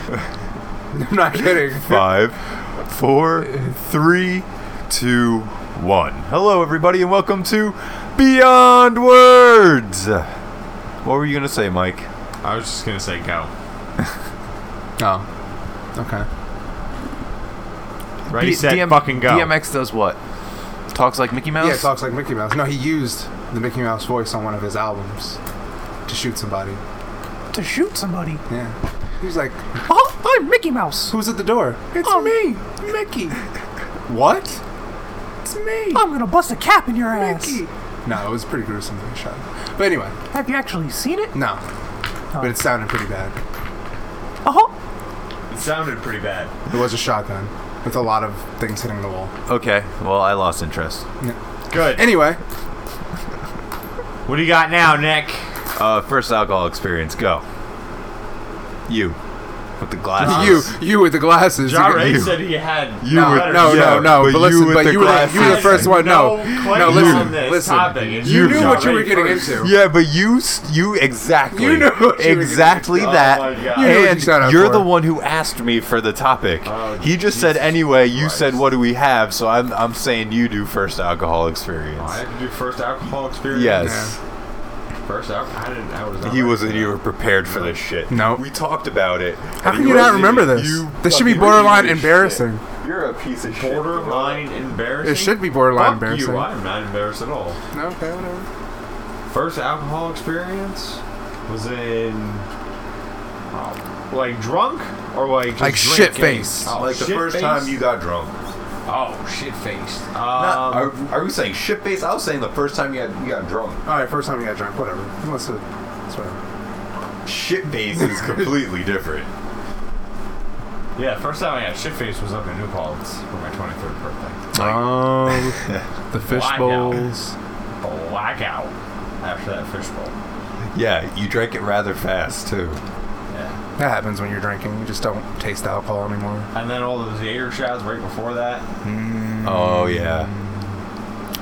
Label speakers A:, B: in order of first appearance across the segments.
A: I'm not kidding.
B: Five, four, three, two, one. Hello, everybody, and welcome to Beyond Words. What were you gonna say, Mike?
C: I was just gonna say go.
A: Oh. Okay.
C: Ready,
D: D-
C: set,
D: DM
C: fucking go.
D: DMX does what? Talks like Mickey Mouse.
A: Yeah, it talks like Mickey Mouse. No, he used the Mickey Mouse voice on one of his albums to shoot somebody.
D: to shoot somebody.
A: Yeah. He was like,
D: Oh, I'm Mickey Mouse. Um,
A: Who's at the door? It's
D: me, Mickey.
A: What? It's me.
D: I'm gonna bust a cap in your ass.
A: No, it was pretty gruesome that he shot. him. But anyway,
D: Have you actually seen it?
A: no. But it sounded pretty bad.
D: Oh.
C: It sounded pretty bad.
A: It was a shotgun with a lot of things hitting the wall.
B: Okay, well, I lost interest.
C: Good.
A: Anyway,
C: What do you got now, Nick?
B: Uh, first alcohol experience, go. You. With the glasses.
A: you you with the glasses.
C: Ja
A: you-
C: Ray
A: you-
C: said he had.
B: You
A: No,
B: were-
A: no, no,
B: yeah,
A: no. But,
B: but you
A: listen,
B: with
A: but
B: the
A: you were, the, you were the
B: glasses.
A: first one. No,
C: No,
A: no.
C: claim
A: Listen,
C: on this
A: listen.
C: topic. It's
A: You
C: you,
A: knew
C: Ja
A: what you were
C: Ray
A: getting
C: first.
A: into.
B: Yeah, but you s- you exactly
A: You know what you were
B: exactly
C: getting-
B: that.
C: Oh my God.
A: You knew what you
B: and
A: signed up
B: you're
A: for.
B: the one who asked me for the topic.
C: Oh,
B: he just said
C: Jesus
B: anyway. You
C: Christ.
B: said what do we have? So I'm I'm saying you do first alcohol experience.
C: I had to do first alcohol experience.
B: yes,
C: First alcohol. I didn't. I was. not
B: he
C: ready
B: wasn't
C: for that.
B: even prepared for this shit.
A: No.
B: we talked about it.
A: How can you not remember this? This should be borderline embarrassing.
B: You're a piece of shit.
C: Borderline embarrassing.
A: It should be borderline
C: Fuck
A: embarrassing.
C: You, I'm not embarrassed at all.
A: Okay, whatever.
C: First alcohol experience was in. oh, Like drunk or like just
A: Like
C: drinking?
A: shit-faced.
C: Oh,
B: Like the first
C: shit-faced?
B: time you got drunk.
C: Oh, shit faced. Um,
B: Not- are, are we saying shit face? I was saying the first time you got you got drunk.
A: All right, first time you got drunk. Whatever. What's it? It's whatever.
B: Shit face is completely different.
C: yeah, first time I got shit faced was up in New Paltz for my 23rd birthday.
A: Um, the fish
C: Blackout.
A: bowls.
C: Blackout after that fishbowl.
B: Yeah, you drank it rather fast too.
C: Yeah.
A: That happens when you're drinking. You just don't taste alcohol anymore.
C: And then all those Jaeger shots right before that.
B: Oh yeah,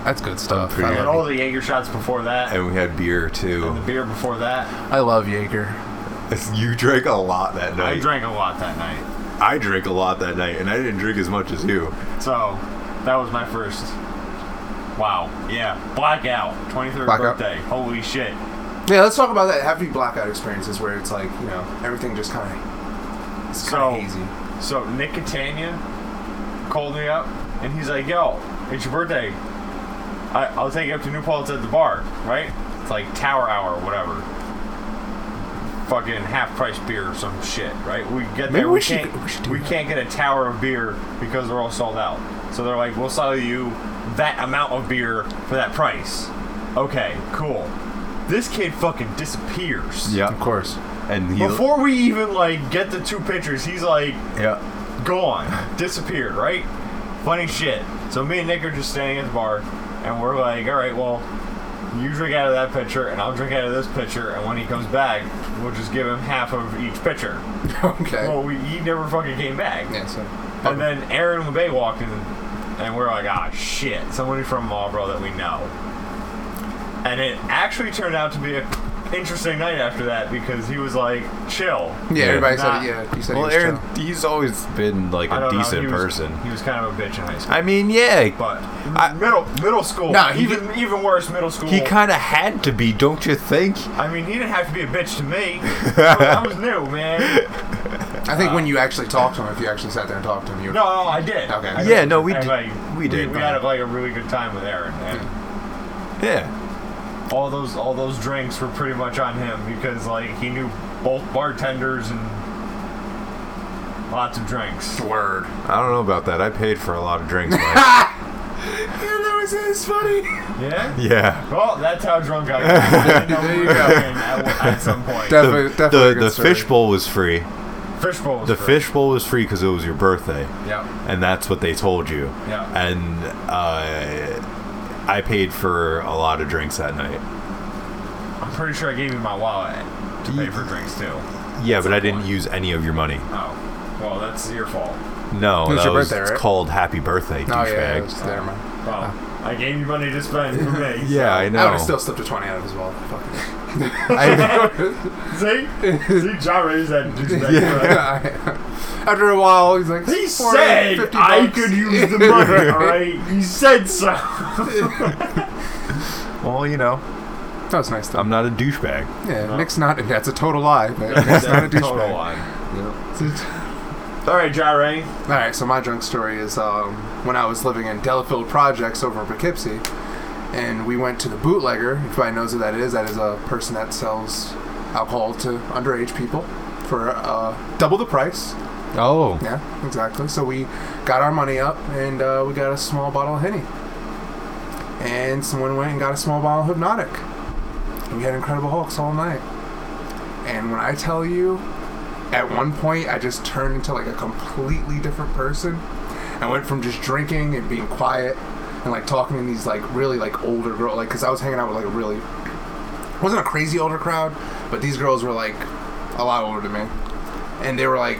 A: That's good stuff.
B: pretty
A: I
C: And
B: Yeah.
A: love,
C: all the Jaeger shots before that.
B: and we had beer too.
C: and the beer before that.
A: I love Jaeger.
B: You drank a lot that night.
C: I drank a lot that night.
B: I drank a lot that night, and I didn't drink as much as you.
C: So that was my first. Wow. Yeah. Blackout. 23rd
A: Blackout.
C: birthday. Holy shit.
A: Yeah, let's talk about that happy blackout experiences where it's like you know everything just kind of it's
C: So-
A: kind of hazy.
C: So Nick Catania called me up and he's like, yo, it's your birthday. I, I'll take you up to New Paltz at the bar, right? It's like Tower Hour or whatever. Fucking half price beer or some shit, right? We get there,
A: Maybe
C: we,
A: we should-
C: can't,
A: we
C: we,
A: should do that.
C: can't get a tower of beer because they're all sold out. So they're like, we'll sell you that amount of beer for that price. Okay, cool. This kid fucking disappears.
A: Of course.
B: and he
C: Before we even like get the two pictures, he's like
B: yeah,
C: gone, disappeared, right? Funny shit. So me and Nick are just standing at the bar, and we're like, all right, well, you drink out of that pitcher, and I'll drink out of this pitcher, and when he comes back, we'll just give him half of each pitcher.
A: okay.
C: Well, we, he never fucking came back.
A: yeah. So.
C: And then Aaron LeBay walked in, and we're like, ah, shit, somebody from Marlboro that we know. And it actually turned out to be an interesting night after that because he was like, chill.
A: yeah, everybody
C: Nah.
A: said yeah. You said
B: well,
A: he was
B: Aaron,
A: chill.
B: he's always been like
C: I
B: a
C: don't know,
B: decent
C: he was-
B: person.
C: He was kind of a bitch in high school.
B: I mean, yeah,
C: But
B: I-
C: middle middle school.
B: No, he
C: even even worse, middle school.
B: he kind of had to be, don't you think?
C: I mean, he didn't have to be a bitch to me. I was new, man.
A: I think when you actually talked to him, if you actually sat there and talked to him, you
C: No, no, I did.
A: Okay.
C: I
B: Yeah, no, we
C: and,
B: did- we did.
C: We, had like a really good time with Aaron, and
B: Yeah,
C: all those all those drinks were pretty much on him because like he knew both bartenders and lots of drinks.
A: word.
B: I don't know about that. I paid for a lot of drinks. Mike.
A: Yeah, that was it's funny.
C: Yeah.
B: yeah.
C: Well, that's how drunk I got.
A: There you go.
C: At, at some
A: Def-
C: point, the
A: Definitely-
B: the
A: definitely a
B: the,
A: good
B: the
A: story.
B: fishbowl was free.
C: fishbowl. was
B: The
C: free.
B: fishbowl was free because it was your birthday.
C: Yeah.
B: and that's what they told you.
C: Yeah.
B: And uh, I paid for a lot of drinks that night.
C: I'm pretty sure I gave you my wallet to pay for drinks too.
B: Yeah, but I didn't use any of your money.
C: Oh, well, that's your fault.
B: No,
A: It was
B: that
A: your
B: was,
A: birthday,
B: it's
A: right?
B: called Happy Birthday,
A: Oh yeah, it
B: douchebag.
A: was, never mind.
C: Well,
A: Ah.
C: I gave you money to spend for me.
B: yeah, I
A: I would
B: know.
A: have still slipped a twenty out of his wallet. Fuck it.
B: I,
C: See? See, John raised that douchebag. right?
A: After a while, he's like,
C: He
A: "Four
C: said
A: fifty
C: I
A: bucks."
C: could use the money, alright? He said so.
B: Well, you know,
A: That was nice though.
B: I'm not a douchebag.
A: yeah, Nick's not. Um, That's a total lie. But Nick's not a douchebag. Yeah.
C: Alright, John Ray.
A: All right, so my drunk story is um, when I was living in Delafield Projects over in Poughkeepsie, and we went to the bootlegger. If anybody knows who that is, that is a person that sells alcohol to underage people for uh, double the price.
B: Oh,
A: Yeah, exactly. So we got our money up and uh, we got a small bottle of Henny. And someone went and got a small bottle of Hypnotic. And we had Incredible Hulks all night. And when I tell you, at one point I just turned into like a completely different person. I went from just drinking and being quiet and like talking to these like really like older girl like because I was hanging out with like a really it wasn't a crazy older crowd, but these girls were like a lot older than me. And they were like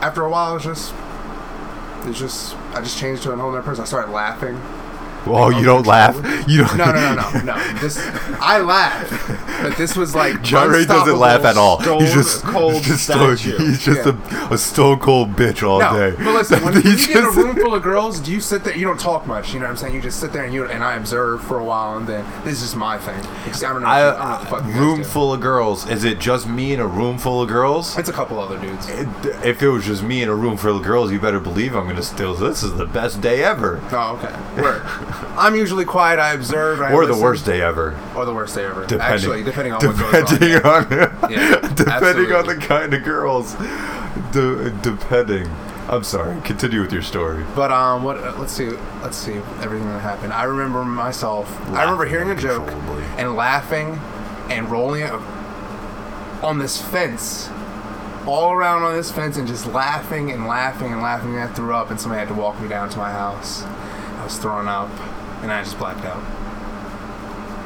A: after a while, it's just, it's just, I just changed to a whole other person. I started laughing.
B: well, you don't laugh. You don't.
A: No, no, no, no, no. This, I laugh, but this was like.
B: John Ray doesn't laugh at all. he's
C: stone
B: just
C: cold
B: just
C: statue.
B: he's just a, a stone cold bitch all
A: No,
B: day.
A: but listen, when, when
B: He's
A: you get in a
B: just-
A: room full of girls, do you sit there? You don't talk much. You know what I'm saying? You just sit there and you and I observe for a while, and then this is my thing. Because I don't know.
B: I,
A: what the Oh, fuck you guys
B: room
A: do.
B: full of girls. Is it just me in a room full of girls?
A: It's a couple other dudes.
B: If it was just me in a room full of girls, you better believe I'm gonna still. This is the best day ever,
A: Oh, okay. Word. I'm usually quiet. I observe. I
B: or the
A: listen.
B: worst day ever,
A: Or the worst day ever.
B: depending.
A: Actually, depending on what goes on.
B: depending on,
A: Yeah,
B: depending on
A: absolutely.
B: the kind of girls, De- depending. I'm sorry. Continue with your story.
A: But um, what? Uh, let's see. Let's see everything that happened. I remember myself. I remember hearing a joke
B: uncontrollably.
A: and laughing and rolling it on this fence, all around on this fence, and just laughing and laughing and laughing. And I threw up, and somebody had to walk me down to my house. I was thrown up, and I just blacked out.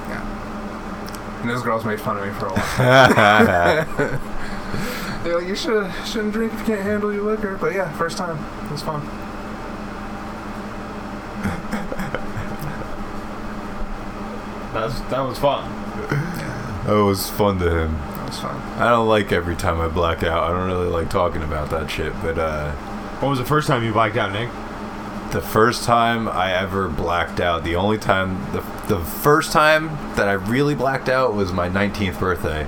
A: Yeah. And those girls made fun of me for a while. They're like, "You should shouldn't drink if you can't handle your liquor." But yeah, first time, it was fun.
C: That's, that was fun.
B: It was fun to him.
A: It was fun.
B: I don't like every time I black out. I don't really like talking about that shit. But uh,
C: What was the first time you blacked out, Nick?
B: the first time I ever blacked out, the only time, the, the first time that I really blacked out was my 19th birthday,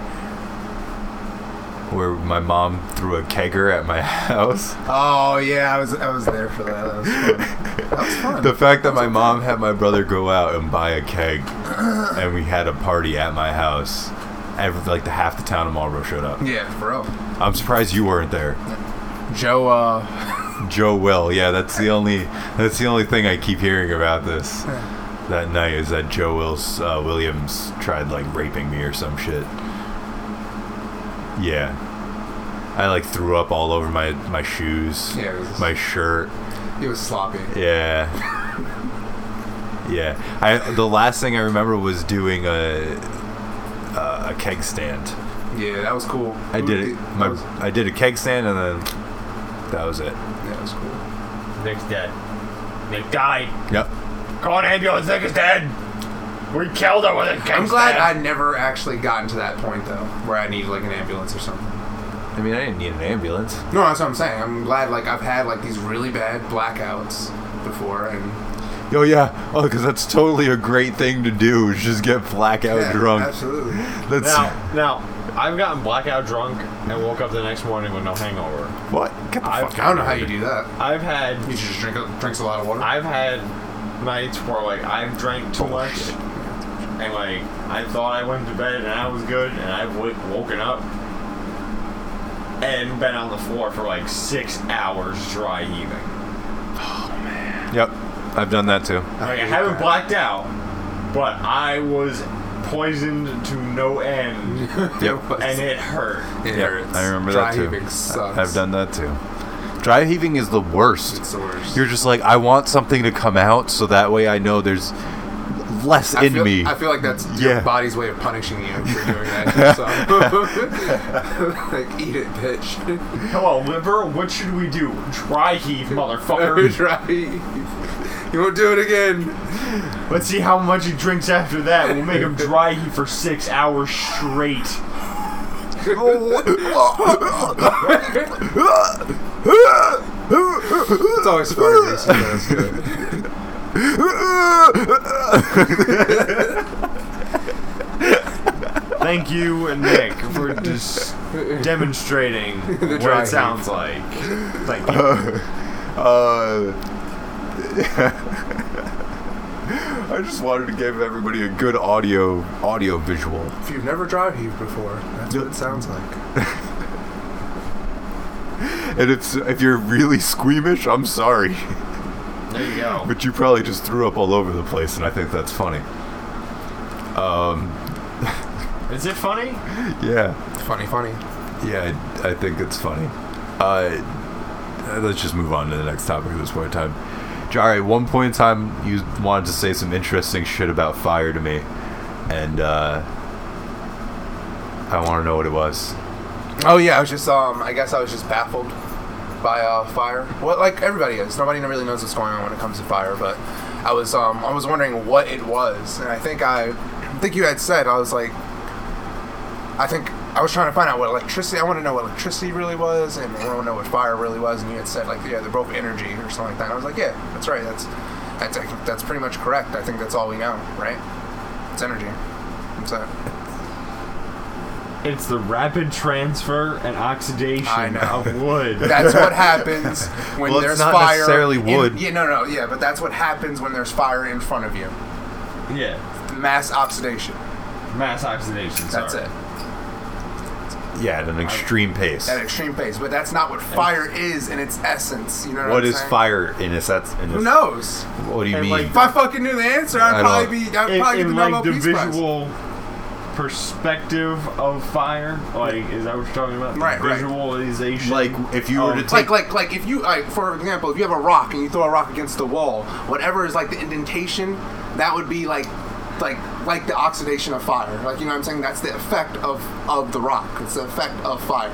B: where my mom threw a kegger at my house.
A: Oh yeah, I was I was there for that. That was fun. That was fun.
B: The fact that my mom had my brother go out and buy a keg, and we had a party at my house. Every, like the half the town of Marlboro showed up.
A: yeah, bro.
B: I'm surprised you weren't there.
A: Joe, uh,
B: Joe Will. Yeah, that's the only that's the only thing I keep hearing about this. That night is that Joe Will's uh, Williams tried like raping me or some shit. Yeah, I like threw up all over my my shoes,
A: Yeah, it was-
B: my shirt.
A: he was sloppy.
B: Yeah. yeah. I the last thing I remember was doing a a, a keg stand.
A: Yeah, that was cool.
B: I did it.
A: That
B: My,
A: was,
B: I did a keg stand and then that was it.
A: yeah, that was cool.
C: Nick's dead. Nick died.
B: Yep.
C: Call an ambulance. Nick is dead. We killed her with a keg
A: I'm glad
C: stand.
A: I never actually gotten to that point though, where I needed like an ambulance or something.
B: I mean, I didn't need an ambulance.
A: No, that's what I'm saying. I'm glad like I've had like these really bad blackouts before, and
B: Oh yeah. Oh, because that's totally a great thing to do. Is just get blackout
A: Yeah,
B: drunk.
A: Absolutely.
B: That's
C: Now, now, I've gotten blackout drunk and woke up the next morning with no hangover.
B: what. Get the
C: I-
B: fuck
A: I don't know
B: outta
A: how
B: here.
A: you do that.
C: I've had
A: You should just drink a, drinks a lot of water.
C: I've had nights where like I've drank too much, and like I thought I went to bed and I was good, and I've w- woken up and been on the floor for like six hours dry heaving.
B: Yep. I've done that too.
C: Like, I
A: hate
C: haven't
A: that.
C: blacked out, but I was poisoned to no end,
B: Yep.
C: and it hurt.
A: It
B: Yep.
A: hurts.
B: I remember
A: Dry
B: that too.
A: heaving sucks.
B: I've done that too. Dry heaving is the worst.
A: It's the worst.
B: You're just like, I want something to come out, so that way I know there's less
A: I
B: in
A: feel,
B: me.
A: I feel like that's
B: Yeah.
A: your body's way of punishing you for doing that. So. like, eat it, bitch.
C: Hello, liver. What should we do? Dry heave, motherfucker.
A: Try. You won't do it again.
C: Let's see how much he drinks after that. We'll make him dry heave for six hours straight.
E: It's always funny when she does good.
C: Thank you and Nick for just demonstrating
E: The
C: what
E: dry
C: it
E: heave.
C: sounds like. Thank you.
B: Uh, I just wanted to give everybody a good audio audio visual.
A: If you've never dry heaved before, that's what it sounds like.
B: And if if you're really squeamish, I'm sorry,
C: there you go.
B: but you probably just threw up all over the place, and I think that's funny.
C: Is it funny?
B: Yeah.
A: Funny, funny.
B: Yeah, I, I think it's funny. Uh, let's just move on to the next topic at this point in time. Jari, at one point in time, you wanted to say some interesting shit about fire to me, and uh, I want to know what it was.
A: Oh yeah, I was just um, I guess I was just baffled by uh, fire. Well, like everybody is. Nobody really knows what's going on when it comes to fire, but I was um, I was wondering what it was, and I think I, I think you had said I was like, I think I was trying to find out what electricity. I want to know what electricity really was, and I want to know what fire really was. And you had said like, yeah, they're both energy or something like that. And I was like, yeah, that's right. That's that's I think that's pretty much correct. I think that's all we know, right? It's energy. That's it.
C: It's the rapid transfer and
A: I
C: oxidation
A: know.
C: of wood.
A: That's what happens when
B: Well, it's
A: there's
B: not
A: fire.
B: necessarily
A: in-
B: wood.
A: yeah, no, no, yeah, but that's what happens when there's fire in front of you.
C: yeah.
A: Mass oxidation.
C: Mass oxidation. Sorry.
A: That's it.
B: Yeah, at an extreme pace.
A: At extreme pace. But that's not what fire is in its essence. You know what,
B: What
A: I'm
B: is
A: saying?
B: fire in its sense? In
A: Who
B: its-
A: knows?
B: What do you
C: And,
B: mean?
C: like,
A: If I fucking knew the answer,
B: I
A: I'd
B: don't-
A: probably be. I'd
C: In,
A: probably get
C: in,
A: the
C: like
A: Nobel
C: the
A: Peace Prize.
C: visual perspective of fire, like is that what you're talking about?
A: Right, right.
C: Visualization.
B: like, if you were
C: Um,
B: to
C: it's
B: take
A: Oh, Like, like, like, if you, like, for example, if you have a rock and you throw a rock against the wall, whatever is like the indentation, that would be like, like, like the oxidation of fire. Like, you know what I'm saying? That's the effect of of the rock. It's the effect of fire,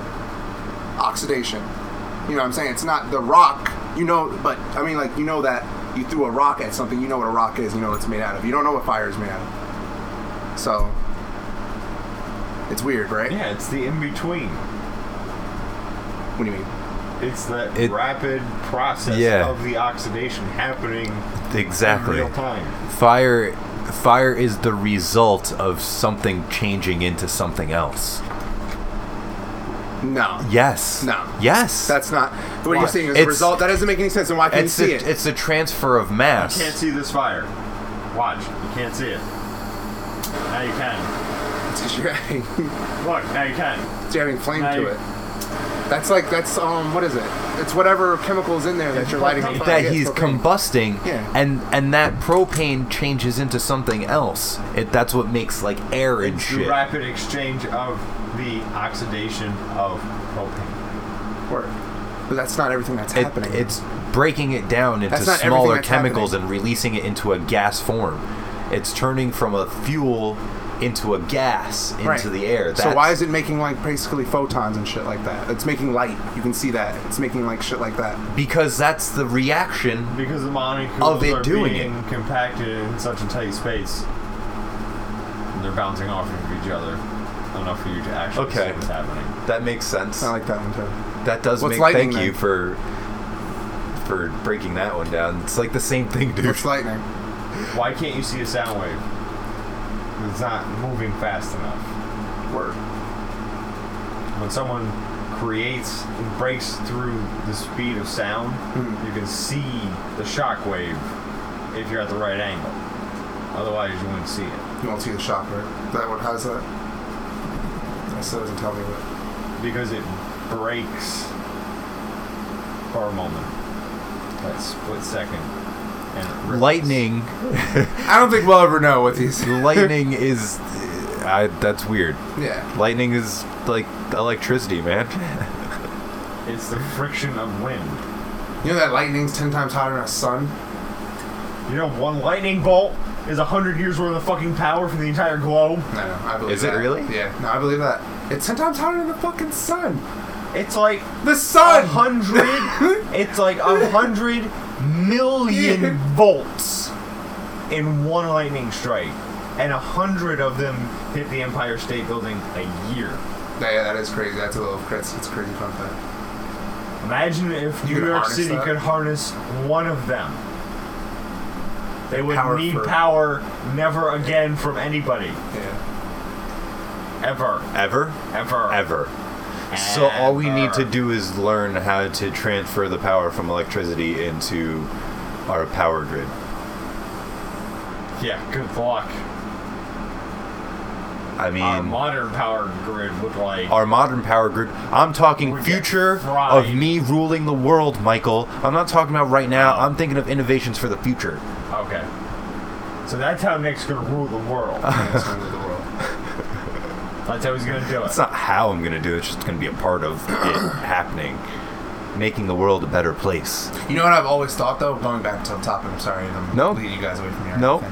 A: oxidation. You know what I'm saying? It's not the rock. You know, but I mean, like, you know that you threw a rock at something. You know what a rock is. You know what it's made out of. You don't know what fire is made out of. So, it's weird, right?
C: yeah, it's the in between.
A: What do you mean?
C: It's that
B: It-
C: rapid process
B: Yeah.
C: of the oxidation happening
B: exactly
C: in real time.
B: fire, fire is the result of something changing into something else.
A: No.
B: Yes.
A: No.
B: Yes.
A: That's not what you're
B: Why?
A: seeing as a
B: It's-
A: result. That doesn't make any sense. And why can you
B: it's
A: see
B: the,
A: it?
B: it's the transfer of mass.
C: Can't see this fire. Watch, you can't see it. Now you can.
A: It's because you're adding,
C: Look, now you can.
A: it's you're adding flame
C: Now
A: to
C: you-
A: it. That's like that's um what is it? It's whatever chemicals in there that you're lighting. on
C: propane.
A: fire.
B: that
A: Yeah,
B: he's
A: propane.
B: combusting
A: Yeah.
B: and and that propane changes into something else it that's what makes like air and
C: It's the
B: shit
C: rapid exchange of the oxidation of propane.
A: Work. But that's not everything that's
B: It-
A: happening.
B: it's breaking it down into
A: That's not everything
B: smaller
A: that's
B: chemicals
A: happening.
B: and releasing it into a gas form it's turning from a fuel into a gas into
A: Right.
B: the air that's,
A: so why is it making like basically photons and shit like that? It's making light. You can see that. It's making like shit like that.
B: because that's the reaction
C: Because the molecules
B: Of it
C: are
B: doing
C: being compacted in such a tight space, and they're bouncing off of each other enough for you to actually
B: Okay.
C: see what's happening.
B: that makes sense
A: I like that one too.
B: that does
A: What's
B: make
A: lightning,
B: thank you
A: then?
B: for for breaking that one down it's like the same thing dude
A: It's lightning.
C: Why can't you see a sound wave? 'Cause It's not moving fast enough.
A: Word.
C: When someone creates and breaks through the speed of sound, you can see the shock wave if you're at the right angle. Otherwise, you wouldn't see it.
A: You won't see the shock, right? That one has that. That still doesn't tell me what.
C: because it breaks for a moment, that split second, and it ripples.
B: lightning
A: I don't think we'll ever know what these.
B: lightning is I, that's weird
A: Yeah.
B: lightning is like electricity man
C: It's the friction of wind.
A: You know that lightning's ten times hotter than a sun.
C: You know, one lightning bolt is a hundred years worth of fucking power for the entire globe.
A: No, no, I believe
B: Is it
A: that.
B: really?
A: Yeah, no, I believe that. It's ten times hotter than the fucking sun.
C: It's like
A: The
C: a
A: sun.
C: hundred. it's like a hundred million volts in one lightning strike, and a hundred of them hit the Empire State Building a year.
A: yeah, that is crazy. That's a little crazy. It's a crazy fun fact.
C: Imagine if
A: You
C: New
A: could
C: York
A: harness
C: City
A: that?
C: could harness one of them. They would
A: Power
C: need
A: for-
C: power never again from anybody.
A: Yeah.
C: Ever.
B: Ever?
C: Ever.
B: Ever. So all we need to do is learn how to transfer the power from electricity into our power grid.
C: Yeah, good luck.
B: I mean,
C: Our modern power grid would like.
B: our modern power grid. I'm talking
C: We're getting
B: future
C: fried.
B: of me ruling the world, Michael. I'm not talking about right now. I'm thinking of innovations for the future.
C: Okay. So that's how Nick's gonna rule the world.
A: It's the end of the world.
C: That's how he's gonna do it.
B: That's not how I'm gonna do it. It's just gonna be a part of it happening, making the world a better place.
A: You know what I've always thought though, going back to the topic. I'm sorry, I'm
B: No.
A: leading you guys away from your
B: No,
A: thing.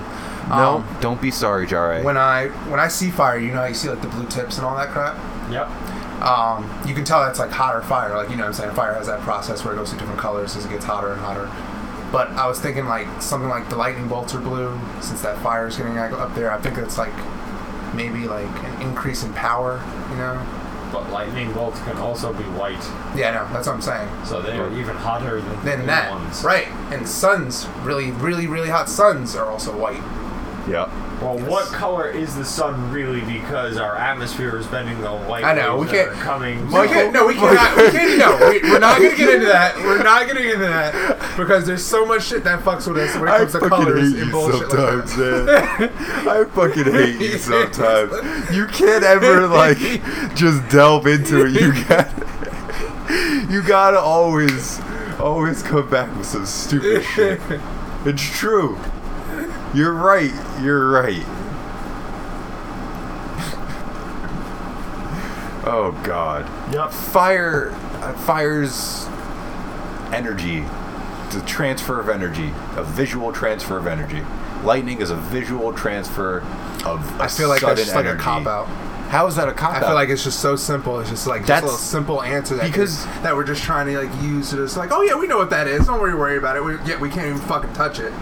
B: no,
A: Um,
B: don't be sorry, Jare.
A: When I when I see fire, you know how you see like the blue tips and all that crap.
C: Yep.
A: Um, you can tell that's like hotter fire. Like you know what I'm saying. Fire has that process where it goes through different colors as it gets hotter and hotter. But I was thinking like something like the lightning bolts are blue since that fire is getting like, up there. I think it's like maybe like an increase in power. You know.
C: But lightning bolts can also be white,
A: Yeah, no, that's what I'm saying.
C: so they are even hotter than
A: Then
C: blue
A: that
C: ones.
A: right and suns really really really hot suns are also white.
B: yeah,
C: Well, what color is the sun really? Because our atmosphere is bending the light.
A: I know,
C: waves
A: we
C: that
A: can't-
C: are coming.
A: We can't, no, we cannot. We can't. No, we, we're not gonna get into that. We're not gonna get into that because there's so much shit that fucks with us when it comes to colors and bullshit. Like that.
B: man. I fucking hate you sometimes. You can't ever like just delve into it. You got, you gotta always, always come back with some stupid shit. It's true. You're right. You're right. Oh God.
C: Yep.
B: fire uh, fires energy the transfer of energy a visual transfer of energy lightning is a visual transfer of
A: I feel like that's
B: sudden
A: just like a
B: energy.
A: cop out.
B: how is that a cop
A: I
B: out
A: feel like it's just so simple. It's just like just a
B: That's-
A: little simple answer that
B: because-
A: that we're just trying to like use. It's like, oh yeah, we know what that is. Don't worry, worry about it. We, yeah, we can't even fucking touch it.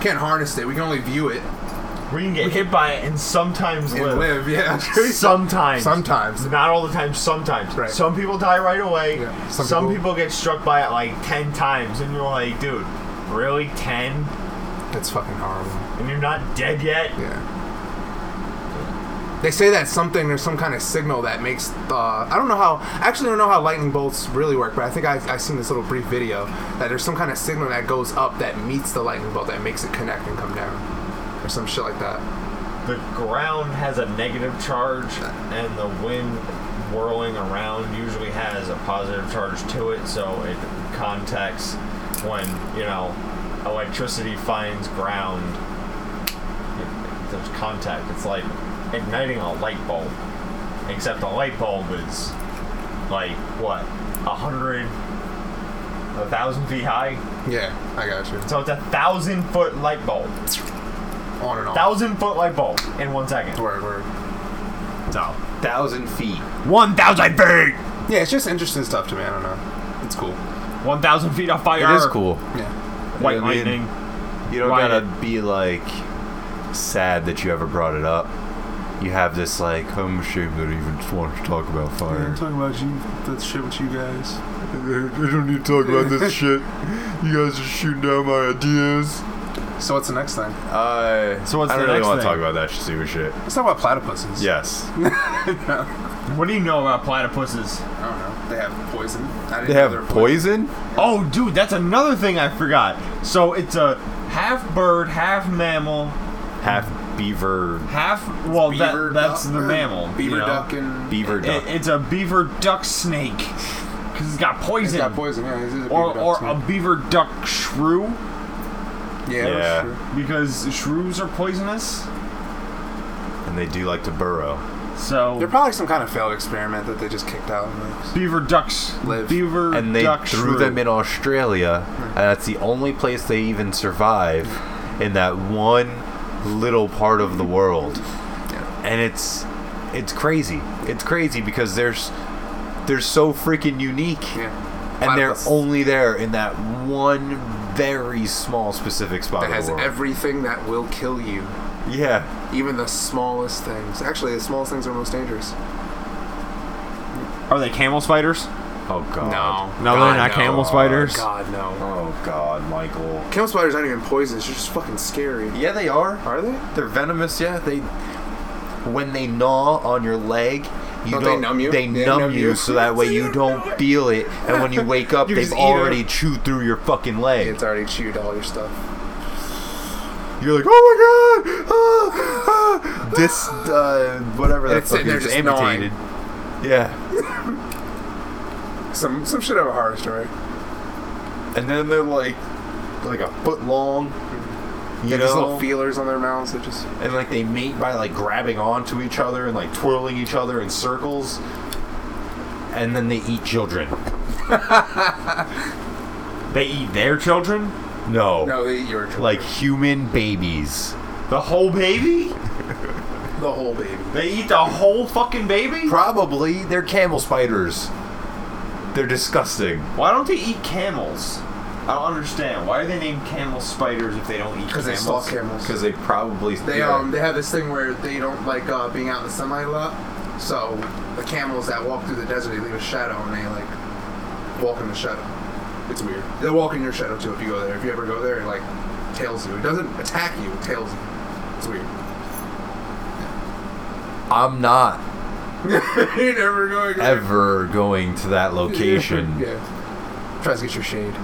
A: Can't harness it. We can only view it
C: We can get hit by it and sometimes
A: and
C: live.
A: live. Yeah,
C: Sometimes.
A: sometimes.
C: Not all the time, sometimes.
A: Right.
C: Some people die right away.
A: Yeah,
C: Some,
A: some
C: people,
A: people-
C: get struck by it like 10 times, and you're like, dude, really? 10?
A: That's fucking horrible.
C: And you're not dead yet?
A: Yeah. They say that something there's some kind of signal that makes the I don't know how I actually don't know how lightning bolts really work, but I think I I seen this little brief video that there's some kind of signal that goes up that meets the lightning bolt that makes it connect and come down or some shit like that.
C: The ground has a negative charge, and the wind whirling around usually has a positive charge to it, so it contacts when, you know, electricity finds ground. It- There's contact. It's like igniting a light bulb. Except the light bulb is like, what, a hundred, a thousand feet high?
A: Yeah, I got you. It's
C: So it's a thousand foot light bulb.
A: on and off.
C: Thousand foot light bulb in one second.
A: word word.
C: So.
B: thousand feet
C: 1,000 feet!
A: Yeah, it's just interesting stuff to me. I don't know. It's cool.
C: 1,000 feet of
B: it
C: fire!
B: is cool
A: Yeah.
B: I
C: White
B: mean,
C: lightning.
B: you don't
C: Why
B: gotta be like sad that you ever brought it up you have this like I'm ashamed that I even wanted to talk about fire
F: talking about you, that shit with you guys.
B: I don't need to talk about this shit you guys are shooting down my ideas
A: So what's the next thing?
B: Uh,
C: So what's
B: I don't
C: the
B: really
C: next
B: want to
C: thing?
B: talk about that stupid shit.
A: Let's talk about platypuses.
B: Yes,
C: What do you know about platypuses?
A: I don't know. They have poison. I didn't
B: they
A: know
B: have
A: they were
B: poison.
C: Oh, dude, that's another thing I forgot. So it's a half bird, half mammal,
B: Half beaver,
C: half. Well,
A: Beaver
C: Oh, that, that's
A: duck-
C: the mammal. you
A: Beaver
C: know?
A: duck and
B: beaver
C: It,
B: duck.
C: it's a beaver duck snake. Because it's got
A: It's
C: poison.
A: got poison. Yeah, this is a beaver
C: or
A: duck,
C: or
A: so-
C: a beaver duck shrew.
A: Yeah.
B: Yeah.
A: sure.
C: Because shrews are poisonous.
B: and they do like to burrow.
C: So.
A: They're probably some kind of failed experiment that they just kicked out. and, like,
C: Beaver ducks
A: Live.
C: Beaver
B: And they
C: duck
B: threw
C: shrew.
B: them in Australia, and that's the only place they even survive in that one little part of the world. And it's it's crazy. It's crazy because there's they're so freaking unique.
A: Yeah.
B: And they're
A: Platypus
B: only there in that one very small specific spot
A: that
B: in
A: has
B: the world.
A: everything that will kill you,
B: yeah,
A: even the smallest things. Actually, the smallest things are most dangerous.
C: Are they camel spiders?
B: Oh god.
C: No, they're not camel spiders.
A: God, no.
B: Oh god, Michael.
A: Camel spiders aren't even poisonous. They're just fucking scary.
B: Yeah, they are.
A: Are they?
B: They're venomous. Yeah, they. When they gnaw on your leg, you
A: Don't
B: don't.
A: Oh, they numb you?
B: They
A: Yeah,
B: numb,
A: numb
B: you,
A: you.
B: so that way you don't feel it. And when you wake up,
A: You
B: they've
A: just eat 'em.
B: already chewed through your fucking leg.
A: It's already chewed all your stuff.
B: You're like, oh my god, ah, ah, dis, uh, whatever
A: And
B: that
A: it's sitting there
B: fucking is,
A: just gnawing.
B: amputated. Yeah,
A: Some some shit out of a horror story.
B: and then they're like, like a foot long. You
A: They have these
B: know,
A: little feelers on their mouths that just.
B: and like they mate by like grabbing onto each other and like twirling each other in circles, and then they eat children.
C: They eat their children?
B: No,
A: No, they eat your
B: like human babies.
C: The whole baby?
A: the whole baby.
C: They eat the whole fucking baby?
B: Probably they're camel spiders. They're disgusting.
C: Why don't they eat camels? I don't understand. Why are they named camel spiders if they don't eat
A: Because
C: camels?
A: they stalk camels.
B: Because they probably
A: They
B: yeah.
A: um they have this thing where they don't like uh, being out in the sunlight a lot. So the camels that walk through the desert, they leave a shadow and they like walk in the shadow. It's weird. They walk in your shadow too if you go there. If you ever go there, it like tails you. It doesn't attack you. It tails you. It's weird.
B: I'm not
A: You're never going there.
B: ever going to that location.
A: yeah. Tries to get your shade.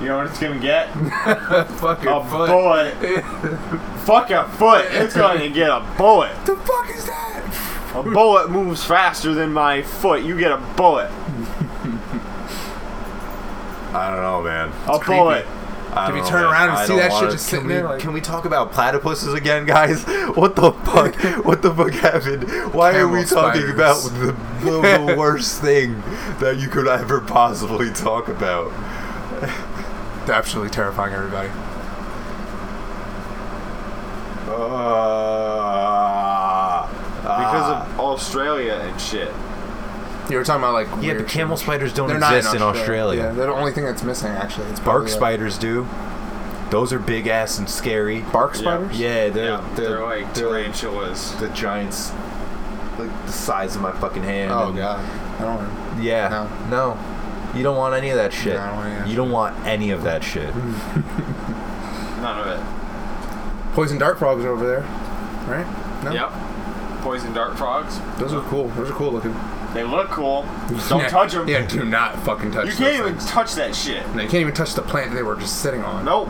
C: You know what it's gonna get?
A: Fuck your
C: a
B: Um,
A: foot.
C: bullet. Fuck a foot. It's gonna get a bullet.
A: the fuck is that?
C: A bullet moves faster than my foot. You get a bullet.
B: I don't know, man.
C: A bullet.
B: I
A: If you
B: don't
A: turn
B: man.
A: around and
B: I
A: see
B: don't
A: that shit
B: wanna-
A: just
B: can
A: sitting
B: we,
A: there, like-
B: Can we talk about platypuses again, guys? What the fuck? what the fuck happened? Why are we
A: Camel
B: talking about the,
A: spiders.
B: the, the worst thing that you could ever possibly talk about?
A: They're absolutely terrifying everybody.
C: Because of Australia and shit.
A: You were talking about like
B: yeah,
A: weird
B: but camel
A: shit.
B: spiders don't
A: They're not
B: exist in Australia.
A: Yeah, they're the only thing that's missing actually. It's
B: Bark
A: probably, uh,
B: spiders do. Those are big ass and scary.
A: Bark
C: Yeah.
A: spiders.
B: Yeah, they're they're,
C: tarantulas.
B: the giants, like the size of my fucking hand.
A: Oh
B: and-
A: god. I don't. wanna-
B: Yeah. No. You don't want any of that shit.
A: No, I don't want any of that
B: you don't want any of that shit.
C: None of it.
A: Poison dart frogs are over there, right? No,
C: Yep. Poison dart frogs.
A: those are cool. Those are cool looking.
C: They look cool. Just don't 'em. touch them.
A: Yeah, do not fucking touch.
C: you
A: those
C: can't even
A: things.
C: touch that shit.
A: No, you can't even touch the plant they were just sitting on.
C: Nope.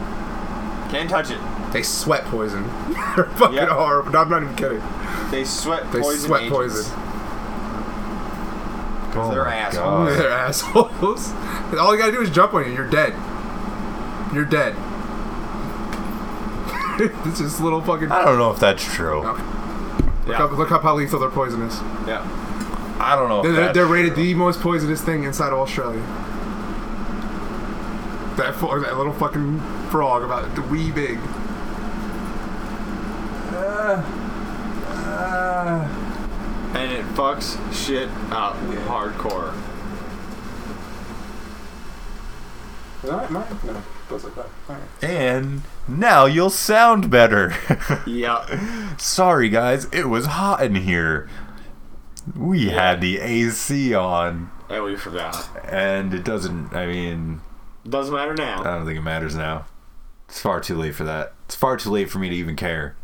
C: Can't touch it.
A: They sweat poison. They're fucking
C: Yeah.
A: horrible. No, I'm not even kidding.
C: They sweat
A: They
C: poison.
A: sweat
C: agents.
A: poison.
B: Because
C: they're assholes.
A: They're assholes. All you gotta do is jump on you. You're dead. You're dead. it's just little fucking.
C: Ah,
B: I don't know if that's true.
A: Okay. Look,
C: Yeah.
A: up, look up how lethal their poison is.
C: Yeah.
B: I don't know. If
A: They're, they're,
B: that's
A: they're rated
B: true.
A: the most poisonous thing inside of Australia. That fo- that little fucking frog about the wee big.
C: And it fucks shit up hardcore.
A: Is that mine? No, goes like that. Alright.
B: And now you'll sound better.
C: Yeah.
B: Sorry, guys. It was hot in here. We had the AC on,
C: And we forgot.
B: and it doesn't. I mean,
C: Doesn't matter
B: I
A: Uh,
C: now.
B: don't think it matters now. It's far too late for that. It's far too late for me to even care.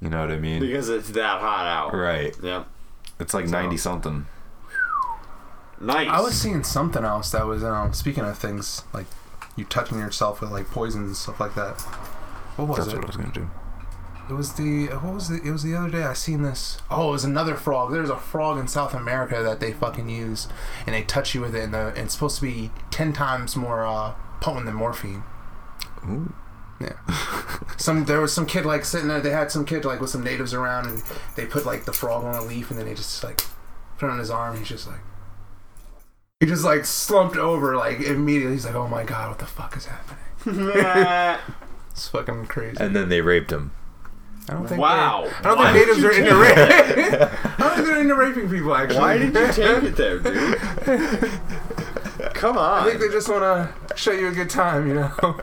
B: You know what I mean?
C: Because it's that hot out.
B: right.
C: Yep.
B: It's like 90 something.
C: Nice.
A: I was seeing something else that was um speaking of things like you touching yourself with like poisons and stuff like that. What was
B: That's
A: it?
B: what I was going to do.
A: It was the what was the it was the other day I seen this. Oh, it was another frog. There's a frog in South America that they fucking use, and they touch you with it, and, the, and it's supposed to be ten times more uh, potent than morphine. Ooh. Yeah. some there was some kid like sitting there. They had some kid like with some natives around, and they put like the frog on a leaf, and then they just like put it on his arm. And he's just like. He just like slumped over like immediately. He's like, "Oh my god, what the fuck is happening?"
C: Nah.
A: It's fucking crazy.
B: And then they raped him.
A: I don't think.
C: wow.
A: I don't
C: Why
A: think
C: did
A: natives
C: you
A: are
C: take
A: into
C: that?
A: raping. I don't think they're into raping people. Actually,
C: Why did you take it there, dude? Come
A: I think
C: on.
A: they just want to show you a good time, you know.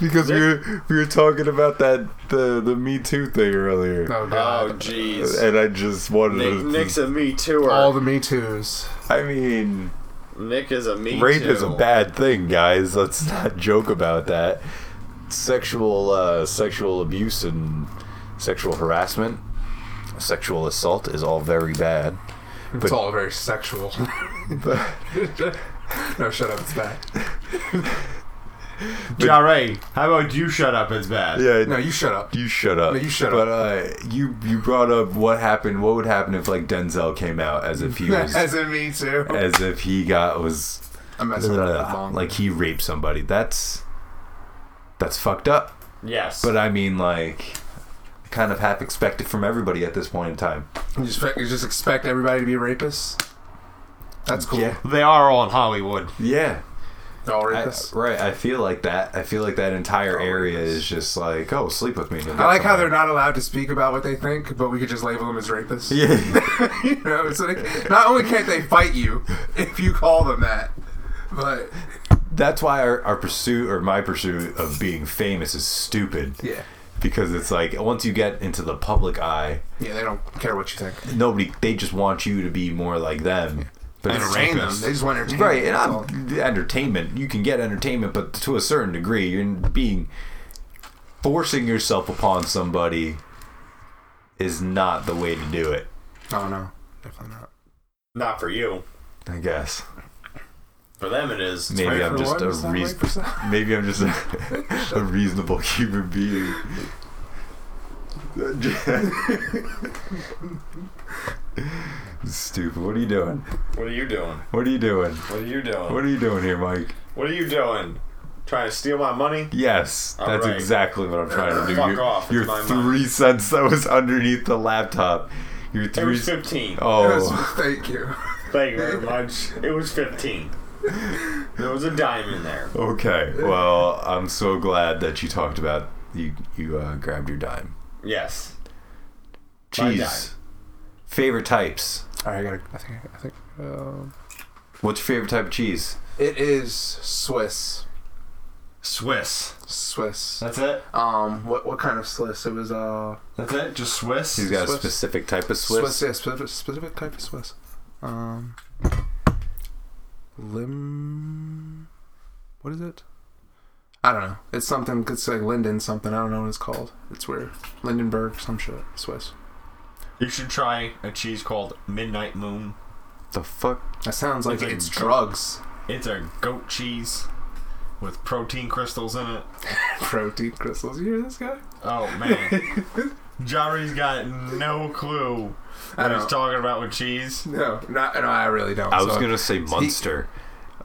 B: Because we were, we were talking about that the the Me Too thing earlier,
A: Oh god.
G: Oh, jeez.
B: and I just wanted
G: Nick,
B: to.
G: Nick's a Me Tooer.
A: All the Me Too's.
B: I mean,
G: Nick is a Me
B: rape
G: Too.
B: is a bad thing, guys. Let's not joke about that. Sexual uh, sexual abuse and sexual harassment, sexual assault is all very bad.
A: It's all very sexual. no, shut up. It's bad.
C: Jare, how about you shut up? It's bad.
B: Yeah,
A: No, you shut up.
B: You shut up.
A: No, you shut
B: but, uh, you you brought up what happened. What would happen if like Denzel came out as if he was
A: As in Me Too.
B: as if he got was
A: I'm messing with that long.
B: like he raped somebody. That's that's fucked up.
G: Yes.
B: But I mean, like, kind of half expected from everybody at this point in time.
A: you just, expect- you just expect everybody to be rapists. That's cool.
B: Yeah.
C: They are all in Hollywood.
B: Yeah,
A: They're all
B: I,
A: rapists.
B: right. I feel like that. I feel like that entire area is just like, oh, sleep with me. and you'll
A: I
B: get
A: like how they're
B: somewhere.
A: not allowed to speak about what they think, but we could just label them as rapists.
B: Yeah,
A: you know, it's like not only can't they fight you if you call them that, but
B: that's why our, our pursuit or my pursuit of being famous is stupid.
A: yeah,
B: because it's like once you get into the public eye,
A: yeah, they don't care what you think.
B: nobody they just want you to be more like them. But
C: And
B: it's-
C: a
A: Entertain them.
C: rapist.
A: They just want entertainment.
B: right, and
A: that's
B: I'm entertainment. You can get entertainment, but to a certain degree, you're being forcing yourself upon somebody is not the way to do it.
A: all. Oh no, definitely not.
G: Not for you.
B: I guess
G: For them it is.
B: maybe
A: Right
B: I'm
A: for
B: just
A: what?
B: a
A: Is that right
B: reason.
A: for some-
B: Maybe I'm just a, a reasonable human being. Stupid. What are you doing?
G: What are you doing?
B: What are you doing?
G: What are you doing?
B: What are you doing here, Mike?
G: What are you doing? Trying to steal my money?
B: Yes,
G: All
B: that's
G: right.
B: exactly what I'm trying to do.
G: Fuck
B: your
G: off, it's
B: your
G: my
B: three cents that was underneath the laptop. Your
G: It
B: three.
G: was 15.
B: oh,
A: Thank you.
G: Thank you very much. It was 15. There was a dime in there.
B: oh, okay. Well, I'm so glad that you talked about you. You uh, grabbed your dime.
G: Yes. My
B: Cheese. Favorite types.
A: All right, I gotta. I think. I think. Um,
B: What's your favorite type of cheese?
A: it is Swiss.
C: Swiss.
A: Swiss.
C: That's it.
A: Um, what what kind of Swiss? It was uh
C: That's it. Just Swiss.
B: He's got
A: Swiss.
B: a specific type of Swiss.
A: Swiss, yeah, specific, specific type of Swiss. Um, lim. What is it? I don't know. It's something. It's like Linden something. I don't know what it's called. It's weird. Lindenberg, some shit. Swiss.
C: You should try a cheese called Midnight Moon.
B: The fuck?
A: That sounds like
C: It's like
A: it's
C: goat-
A: drugs.
C: It's a goat cheese with protein crystals in it.
A: Protein crystals. You hear this guy?
C: Oh man, Jari's got no clue
A: I
C: what he's
A: don't-
C: talking about with cheese.
A: No, not, no, I really don't.
B: I was
A: so-
B: gonna say Munster.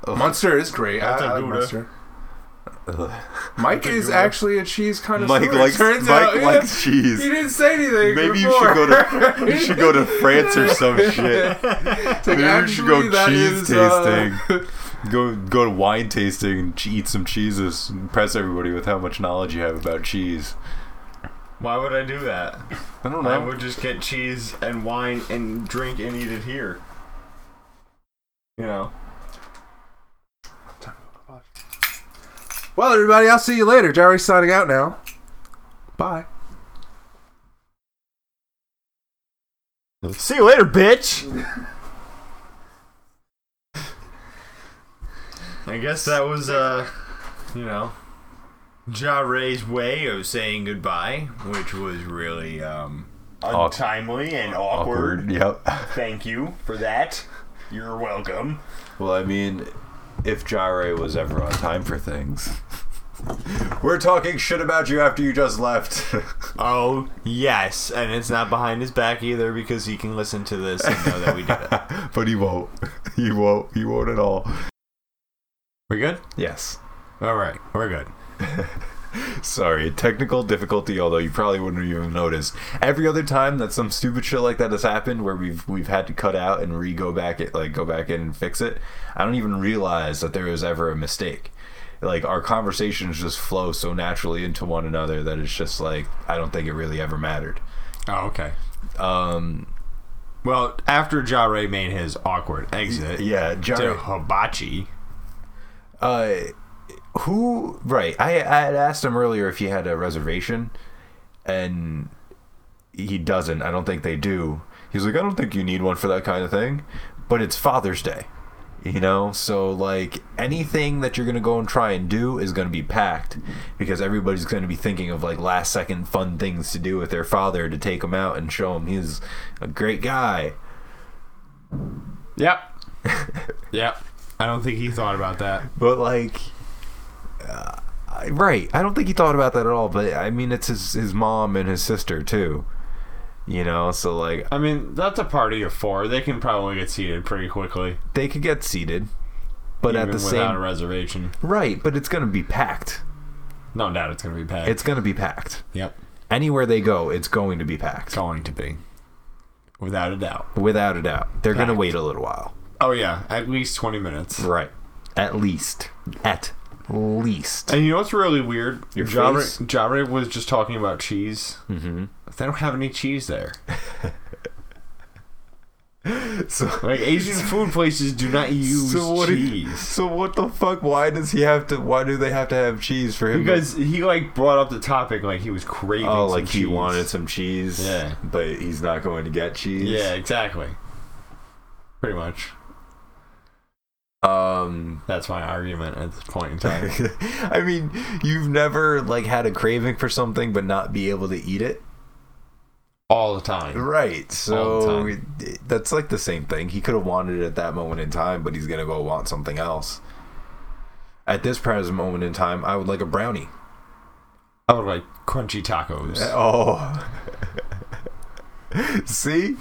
A: Munster is great. I,
C: That's a
A: I like
C: Gouda.
A: Munster. Mike is
C: Gouda.
A: actually a cheese connoisseur.
B: Mike likes
A: Turns
B: Mike
A: out, yeah.
B: likes cheese.
A: He didn't say anything.
B: Maybe you
A: before.
B: should go to you should go to France or some shit. Maybe you should
A: Actually,
B: go
A: that
B: cheese
A: is, uh,
B: tasting. Go go to wine tasting and ch- eat some cheeses. and Impress everybody with how much knowledge you have about cheese.
C: Why would I do that?
B: I don't
C: I
B: know.
C: would just get cheese and wine and drink and eat it here. You know.
A: Well, everybody, I'll see you later. Jerry's signing out now. Bye.
C: See you later, bitch. I guess that was, uh, you know, Ja Ray's way of saying goodbye, which was really um,
B: Awk-
C: untimely and
B: Awkward.
C: awkward.
B: Yep.
C: Thank you for that. You're welcome.
B: Well, I mean, if Jare was ever on time for things, we're talking shit about you after you just left.
C: Oh yes, and it's not behind his back either because he can listen to this and know that we did it.
B: but he won't. He won't. He won't at all.
C: We're good.
B: Yes.
C: All right, we're good.
B: Sorry, technical difficulty. Although you probably wouldn't have even noticed. Every other time that some stupid shit like that has happened, where we've we've had to cut out and re go back it, like go back in and fix it. I don't even realize that there was ever a mistake. Like our conversations just flow so naturally into one another that it's just like I don't think it really ever mattered.
C: Oh okay.
B: Um,
C: Well, after Ja Ray made his awkward exit
B: yeah,
C: to
B: Jari.
C: Hibachi,
B: Uh, who? Right. I I had asked him earlier if he had a reservation. and he doesn't. I don't think they do. He's like, I don't think you need one for that kind of thing, but it's Father's Day, you know. So like anything that you're gonna go and try and do is gonna be packed because everybody's gonna be thinking of like last second fun things to do with their father to take him out and show him he's a great guy.
C: Yep. yep. I don't think he thought about that.
B: But like, uh, I- right? I don't think he thought about that at all. But I mean, it's his his mom and his sister too. You know, so like
C: I mean, that's a party of four. They can probably get seated pretty quickly,
B: they could get seated, but
C: even
B: at the
C: without
B: same
C: a reservation.
B: right, but it's gonna be packed.
C: No doubt, it's gonna be packed.
B: It's gonna be packed.
C: yep,
B: Anywhere they go, it's going to be packed,
C: going to be, without a doubt.
B: without a doubt. They're gonna
C: Packed.
B: wait a little while,
C: Oh yeah, at least twenty minutes.
B: right? At least, at least.
C: And you know what's really weird?
B: Your
C: Jare,
B: face?
C: Jare was just talking about cheese. Mm-hmm. They don't have any cheese there.
B: So-
C: like Asian food places do not use
B: do-
C: cheese.
B: so what the fuck? Why does he have to? Why do they have to have cheese for him? to-
C: because he like brought up the topic like he was craving.
B: Oh,
C: some
B: like he
C: cheese.
B: wanted some cheese,
C: Yeah.
B: but he's not going to get cheese.
C: Yeah, exactly. Pretty much.
B: Um,
C: That's my argument at this point in time.
B: I mean, you've never like had a craving for something but not be able to eat it,
C: All the time.
B: right?
C: All the
B: So it- that's like the same thing. He could have wanted it at that moment in time, but he's gonna go want something else. At this present moment in time, I would like a brownie.
C: I would like crunchy tacos.
B: Oh. see?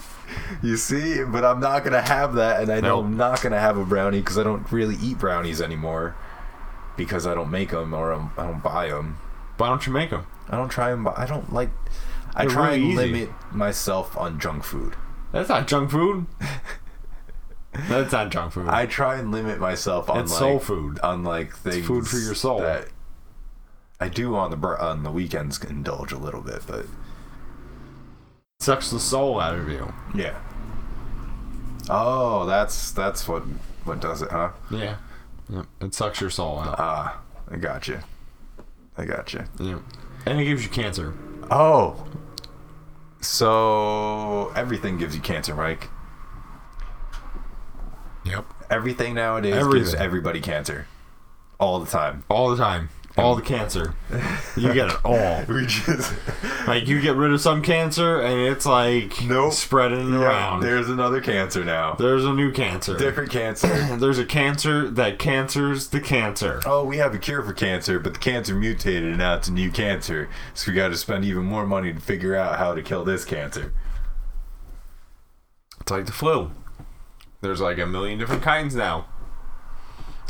B: You see? But I'm not going to have that, and I know
C: Nope.
B: I'm not going to have a brownie because I don't really eat brownies anymore because I don't make them or I'm, I don't buy them.
C: Why don't you make them?
B: I don't try and buy, I don't like, I
C: They're
B: try
C: really
B: and
C: easy.
B: limit myself on junk food.
C: That's not junk food. That's not junk food.
B: I try and limit myself on
C: It's
B: like,
C: soul food.
B: on like things
C: food for your soul.
B: that I do on the br- on the weekends indulge a little bit, but
C: sucks the soul out of you.
B: Yeah. Oh, that's that's what what does it, huh?
C: Yeah. It sucks your soul out.
B: Ah, I got you. I got you.
C: yeah. And it gives you cancer.
B: Oh. So everything gives you cancer, Mike.
C: Yep.
B: Everything nowadays gives
C: Everything.
B: everybody cancer, all the time.
C: All the time. All the cancer. You get it all.
B: We just
C: Like you get rid of some cancer and it's like
B: Nope.
C: spreading
B: yeah,
C: around.
B: there's another cancer now.
C: There's a new cancer.
B: Different cancer.
C: There's a cancer that cancers the cancer.
B: Oh, we have a cure for cancer, but the cancer mutated and now it's a new cancer. So we got to spend even more money to figure out how to kill this cancer.
C: It's like the flu. There's like a million different kinds now.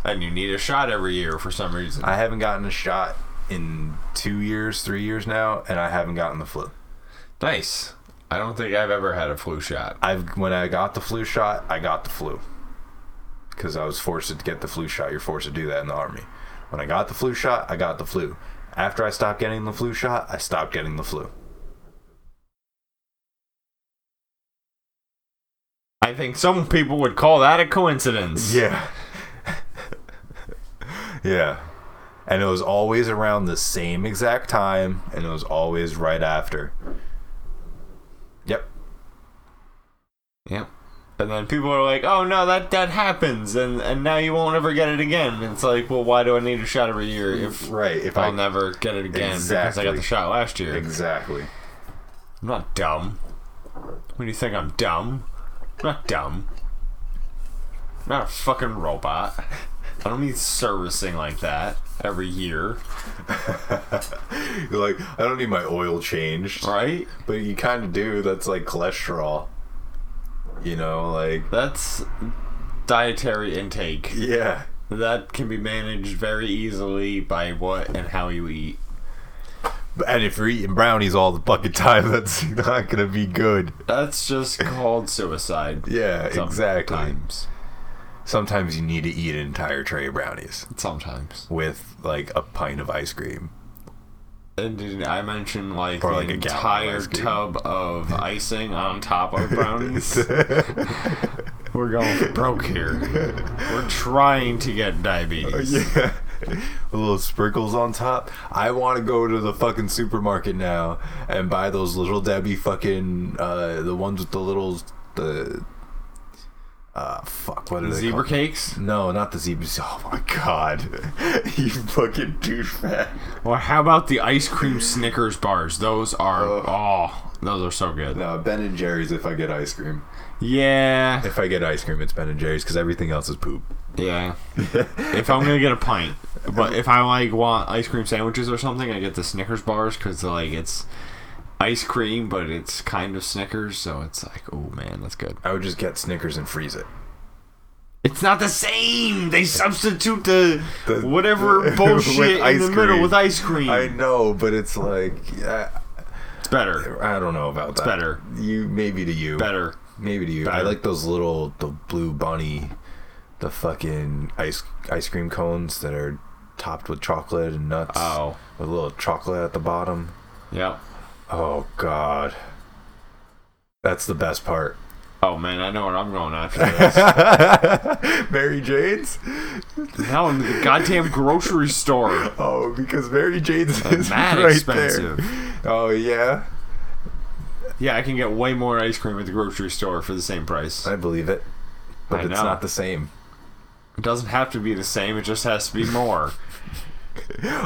C: And you need a shot every year for some reason.
B: I haven't gotten a shot in two years, three years now, and I haven't gotten the flu.
C: nice. I don't think I've ever had a flu shot.
B: I've when I got the flu shot, I got the flu because I was forced to get the flu shot. You're forced to do that in the army. When I got the flu shot, I got the flu. After I stopped getting the flu shot, I stopped getting the flu.
C: I think some people would call that a coincidence.
B: Yeah. yeah. And it was always around the same exact time, and it was always right after. Yep.
C: Yep. And then people are like, "Oh no, that that happens," and and now you won't ever get it again. It's like, well, why do I need a shot every year if
B: Right. If
C: I'll
B: I
C: never get it again because I got
B: Exactly.
C: the shot last year?
B: exactly.
C: I'm not dumb. What do you think? I'm dumb? I'm not dumb. I'm not a fucking robot. I don't need servicing like that every year,
B: You're like, I don't need my oil changed.
C: right?
B: But you kind of do. That's like cholesterol. You know, like.
C: That's dietary intake.
B: Yeah.
C: That can be managed very easily by what and how you eat.
B: But- And if you're eating brownies all the fucking time, that's not going to be good.
C: That's just called suicide.
B: Yeah, exactly.
C: Sometimes.
B: Sometimes you need to eat an entire tray of brownies
C: Sometimes.
B: with like a pint of ice cream.
C: And did I mention like
B: Or
C: the
B: like a gallon of
C: entire
B: ice cream.
C: tub of icing on top of brownies? We're going broke here. We're trying to get diabetes.
B: Oh, yeah. with little sprinkles on top. I want to go to the fucking supermarket now and buy those little Debbie fucking uh, the ones with the little the uh fuck what are they
C: Zebra
B: called?
C: cakes?
B: No, not the zebra. Oh my god, you fucking douchebag!
C: Well, how about the ice cream Snickers bars? Those are
B: Ugh.
C: oh, those are so good.
B: No, Ben and Jerry's. If I get ice cream,
C: Yeah,
B: if I get ice cream, it's Ben and Jerry's because everything else is poop.
C: yeah. if I'm gonna get a pint, but if I like want ice cream sandwiches or something, I get the Snickers bars because like it's ice cream, but it's kind of Snickers, so it's like, oh man, that's good.
B: I would just get Snickers and freeze it.
C: It's not the same. They substitute the,
B: The-
C: whatever
B: the- with
C: bullshit in
B: ice
C: the middle
B: cream.
C: with ice cream.
B: I know, but it's like I,
C: it's better,
B: I don't know about that.
C: better.
B: You maybe to you.
C: better.
B: Maybe to you. I
C: Better.
B: like those little the blue bunny, the fucking ice ice cream cones that are topped with chocolate and nuts.
C: Oh,
B: With a little chocolate at the bottom.
C: yeah.
B: Oh god. That's the best part.
C: Oh man, I know what I'm going after. This.
B: Mary Jane's?
C: now I'm in the goddamn grocery store.
B: Oh, because Mary Jane's is
C: mad
B: right
C: expensive.
B: there. Oh yeah.
C: Yeah, I can get way more ice cream at the grocery store for the same price.
B: I believe it. But
C: I
B: it's
C: know.
B: not the same.
C: It doesn't have to be the same. It just has to be more.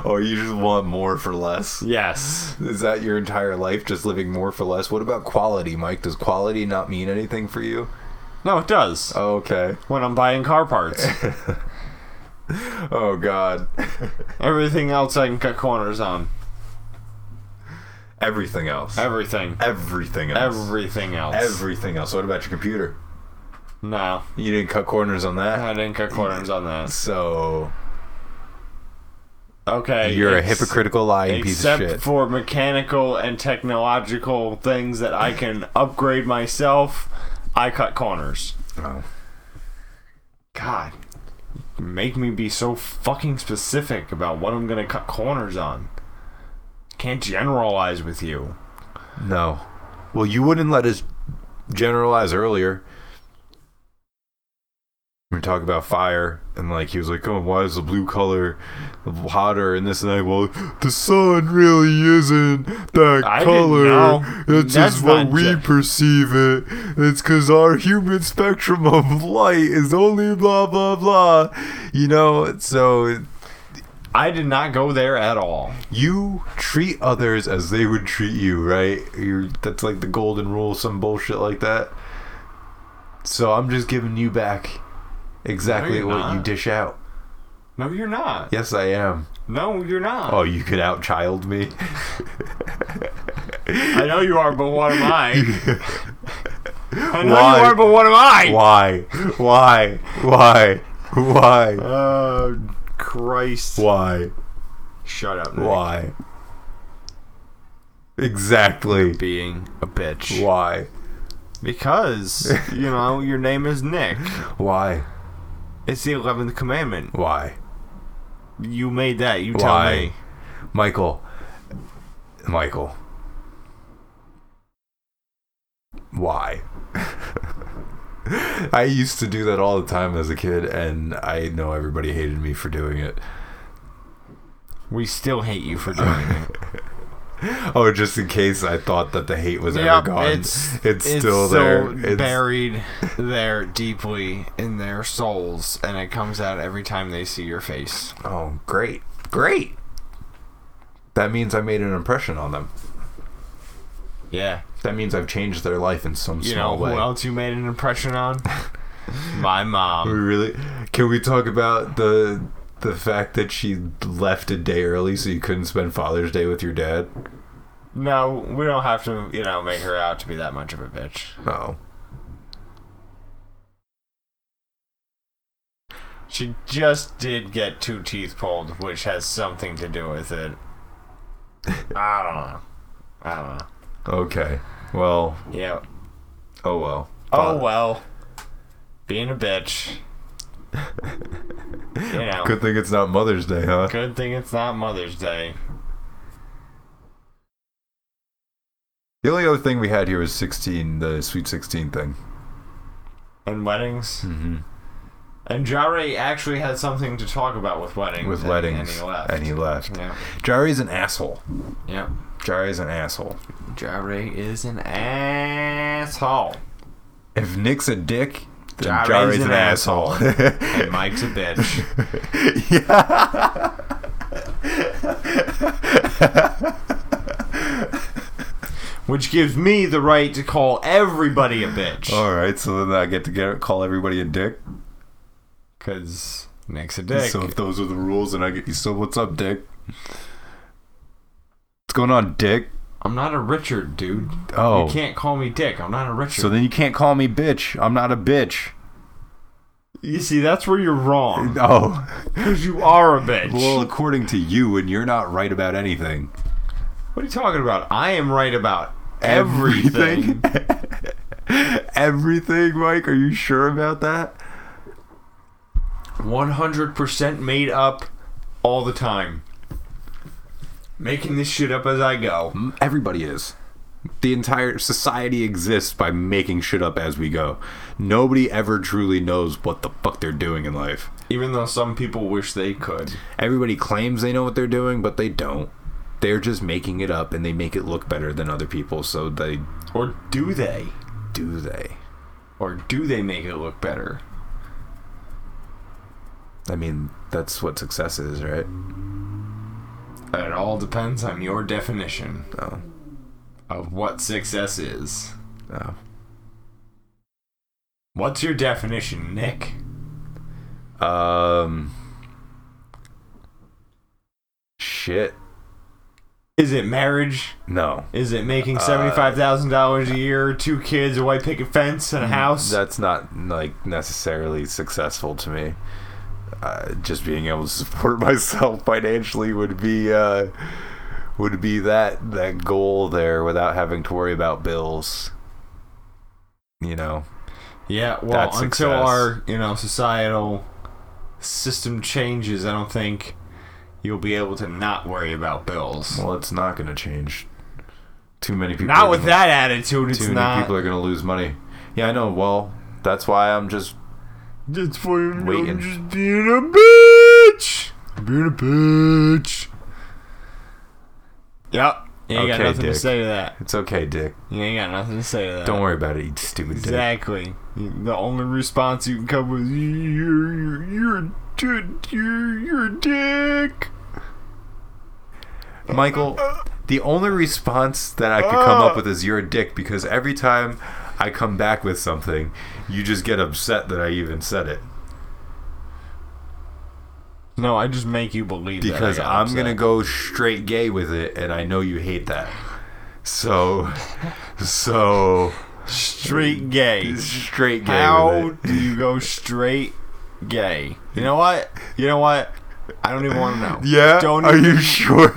B: Oh, you just want more for less.
C: yes.
B: Is that your entire life, just living more for less? What about quality, Mike? Does quality not mean anything for you?
C: No, it does.
B: Oh, okay.
C: When I'm buying car parts,
B: Oh God.
C: everything else I can cut corners on.
B: Everything else.
C: Everything.
B: Everything else.
C: Everything else.
B: Everything else. What about your computer?
C: no,
B: You didn't cut corners on
C: I
B: that.
C: didn't cut corners on that.
B: So
C: Okay.
B: you're a
C: it's-
B: hypocritical lying piece of
C: except
B: shit.
C: for mechanical and technological things that I can upgrade myself, I cut corners.
B: Oh.
C: God, you make me be so fucking specific about what I'm gonna cut corners on. Can't generalize with you.
B: No. Well, you wouldn't let us generalize earlier. We talk about fire, and like he was like, "Oh, why is the blue color hotter?" And this and that. Well, the sun really isn't that
C: I didn't
B: color.
C: know.
B: It's
C: That's
B: just what
C: not
B: we
C: gen-
B: perceive it. It's because our human spectrum of light is only blah blah blah. You know, so
C: I did not go there at all.
B: you treat others as they would treat you, right? You're, that's like the golden rule, some bullshit like that. So I'm just giving you back exactly
C: you're
B: what
C: not.
B: you dish out.
C: No, you're not.
B: Yes, I am.
C: No, you're not.
B: Oh, you could outchild me.
C: I know you are, but what am I? I know
B: Why?
C: you are, but what am I?
B: Why? Why? Why? Why?
C: Oh, Christ.
B: Why?
C: Shut up, Nick.
B: Why? Exactly.
C: Being a bitch.
B: Why?
C: Because, you know, your name is Nick.
B: Why?
C: It's the 11th commandment.
B: Why?
C: You made that. You
B: Why?
C: tell me.
B: Michael. Michael. Why? I used to do that all the time as a kid, and I know everybody hated me for doing it.
C: We still hate you for doing it.
B: Oh, just in case I thought that the hate was ever gone, it's, still there. It's,
C: buried there deeply in their souls, and it comes out every time they see your face.
B: oh, great, great. That means I made an impression on them.
C: Yeah.
B: That means I've changed their life in some
C: You
B: small
C: know
B: way.
C: who else you made an impression on? My
B: We
C: mom.
B: really can we talk about the the fact that she left a day early so you couldn't spend Father's Day with your dad?
C: No, we don't have to, you know, make her out to be that much of a bitch.
B: Oh,
C: She just did get two teeth pulled, which has something to do with it. I don't know. I don't know.
B: okay. Well,
C: Yeah.
B: oh well.
C: Oh
B: Fa-
C: well. Being a bitch. you know. Good.
B: Good thing it's not Mother's Day, huh?
C: thing it's not Mother's Day.
B: The only other thing we had here was sixteen, the Sweet Sixteen thing. Hmm.
C: And weddings. Mm-hmm. And Jare actually had something to talk about with weddings.
B: with
C: and-
B: weddings,
C: And he left.
B: And he left.
C: yeah.
B: Jari's an asshole.
C: Yeah.
B: Jari's an asshole.
C: Jare is an asshole.
B: If Nick's a dick, then
C: Jari's
B: Jari's,
C: an
B: an, asshole.
C: And Mike's a bitch. Which gives me the right to call everybody a bitch.
B: All right, so then I get to get call everybody a dick.
C: Because Nick's a dick.
B: So if those are the rules, and I get you. So what's up, Dick? What's going on, Dick?
C: I'm not a Richard, dude.
B: Oh,
C: You can't call me Dick. I'm not a Richard.
B: so then you can't call me bitch. I'm not a bitch.
C: you see, that's where you're wrong.
B: Oh,
C: Because you are a bitch.
B: well, according to you, and you're not right about anything.
C: what are you talking about? I am right about everything.
B: Everything, Mike. Are you sure about that?
C: 100% made up all the time. Making this shit up as I go.
B: Mm, Everybody is. The entire society exists by making shit up as we go. Nobody ever truly knows what the fuck they're doing in life.
C: Even though some people wish they could.
B: Everybody claims they know what they're doing, but they don't. They're just making it up and they make it look better than other people, so they
C: Or do they?
B: do they.
C: Or do they make it look better?
B: I mean, that's what success is, right?
C: It all depends on your definition
B: Oh.
C: of what success is.
B: Oh.
C: What's your definition, Nick?
B: Um shit.
C: Is it marriage?
B: No.
C: Is it making seventy-five thousand dollars a year, two kids, a white picket fence, and a house?
B: That's not like necessarily successful to me. Uh, just being able to support myself financially would be uh, would be that that goal there without having to worry about bills. You know,
C: yeah. Well,
B: That's
C: until
B: success.
C: our you know societal system changes, I don't think you'll be able to not worry about bills.
B: well, it's not going to change. Too many people.
C: not
B: are
C: with
B: gonna-
C: that attitude. It's
B: Too many
C: not.
B: people are going to lose money. Yeah, I know. Well, that's why I'm just
C: That's why I'm
B: Waiting.
C: just being a bitch. I'm being a bitch. Yep. You ain't got
B: Okay,
C: nothing
B: Dick.
C: to say to that.
B: it's okay, Dick.
C: You ain't got nothing to say to that.
B: Don't worry about it, you stupid dick.
C: Exactly. The only response you can come with you're you're you're a dick, you're, you're a dick.
B: Michael, the only response that I could come up with is you're a dick because every time I come back with something, you just get upset that I even said it.
C: No, I just make you believe that I
B: Because
C: got
B: I'm
C: upset.
B: going to go straight gay with it and I know you hate that. So so
C: straight gay.
B: straight gay
C: How
B: with it.
C: do you go straight gay? You know what? You know what? I don't even want to know.
B: Yeah.
C: Don't
B: are
C: even-
B: you sure?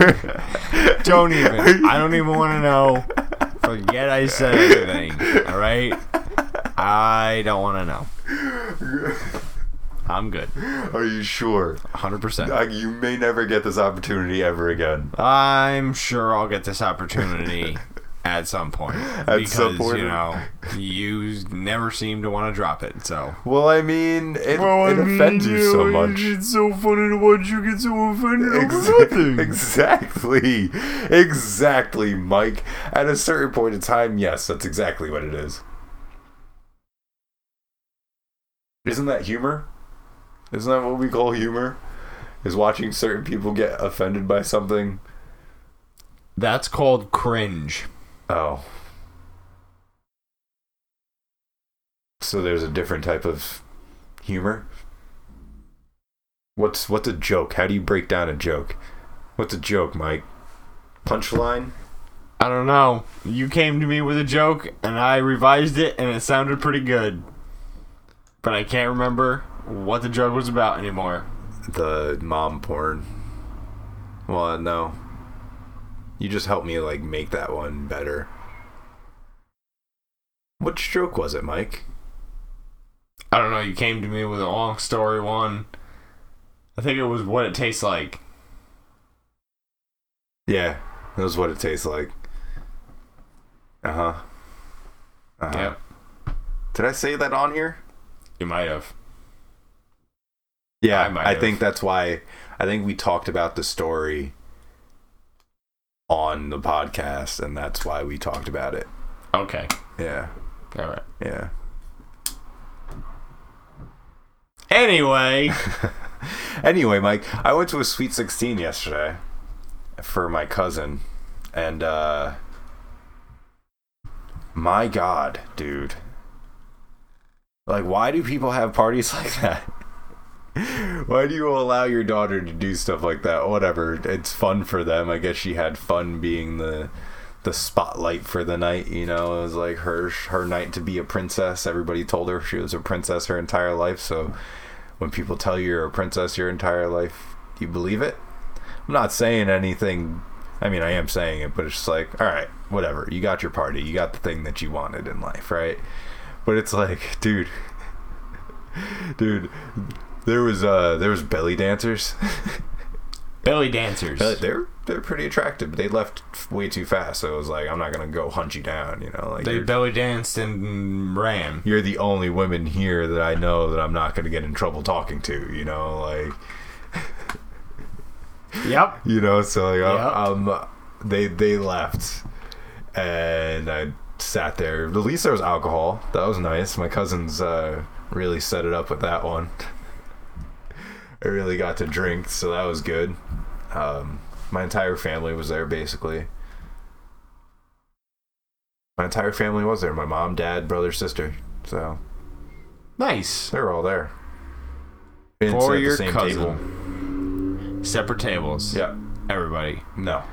C: Don't even. I don't even want to know. Forget I said anything. All right. I don't want to know. I'm good.
B: are you sure?
C: 100%.
B: Like, you may never get this opportunity ever again.
C: I'm sure I'll get this opportunity at some point.
B: At some point.
C: you know, you never seem to want to drop it. So,
B: Well, I mean, it, it offends you so much.
C: so funny to watch you get so offended
B: Ex- Exactly. Exactly, Mike. At a certain point in time, yes, that's exactly what it is. Isn't that humor? Isn't that what we call humor? Is watching certain people get offended by something?
C: That's called cringe.
B: Oh. So there's a different type of humor. What's what's a joke? How do you break down a joke? What's a joke, Mike? Punchline?
C: I don't know. You came to me with a joke, and I revised it, and it sounded pretty good. But I can't remember what the joke was about anymore.
B: The mom porn. Well, no. You just helped me like make that one better. Which joke was it, Mike?
C: I don't know. You came to me with a long story one. I think it was what it tastes like.
B: Yeah, that was what it tastes like. Uh huh. Uh-huh.
C: Yep.
B: Did I say that on here?
C: You might have.
B: Yeah,
C: I might
B: I,
C: have.
B: think that's why. I think we talked about the story on the podcast, and that's why we talked about it.
C: Okay.
B: Yeah,
C: All right.
B: yeah.
C: Anyway,
B: Anyway, Mike, I went to a Sweet 16 yesterday for my cousin, and uh, my God, dude, like, why do people have parties like that? Why do you allow your daughter to do stuff like that? Whatever, it's fun for them. I guess she had fun being the the spotlight for the night. You know, it was like her her night to be a princess. Everybody told her she was a princess her entire life. So when people tell you you're a princess your entire life, you believe it. I'm not saying anything. I mean, I am saying it, but it's just like, all right, whatever. You got your party. You got the thing that you wanted in life, right? But it's like, dude, dude, there was uh, there was belly dancers.
C: belly dancers.
B: Uh, they're they're pretty attractive, but they left way too fast. So it was like, I'm not gonna go hunt you down, you know. Like
C: They
B: you're,
C: belly danced and ran.
B: you're the only women here that I know that I'm not gonna get in trouble talking to, you know. Like
C: Yep.
B: you know so like
C: Yep.
B: um um, they they left and i sat there at least there was alcohol that was nice my cousins uh really set it up with that one i really got to drink so that was good um my entire family was there basically my entire family was there my mom dad brother sister so
C: Nice.
B: they were all there We didn't sit
C: For
B: at the
C: your
B: same
C: cousin. Separate tables.
B: yeah
C: Everybody.
B: no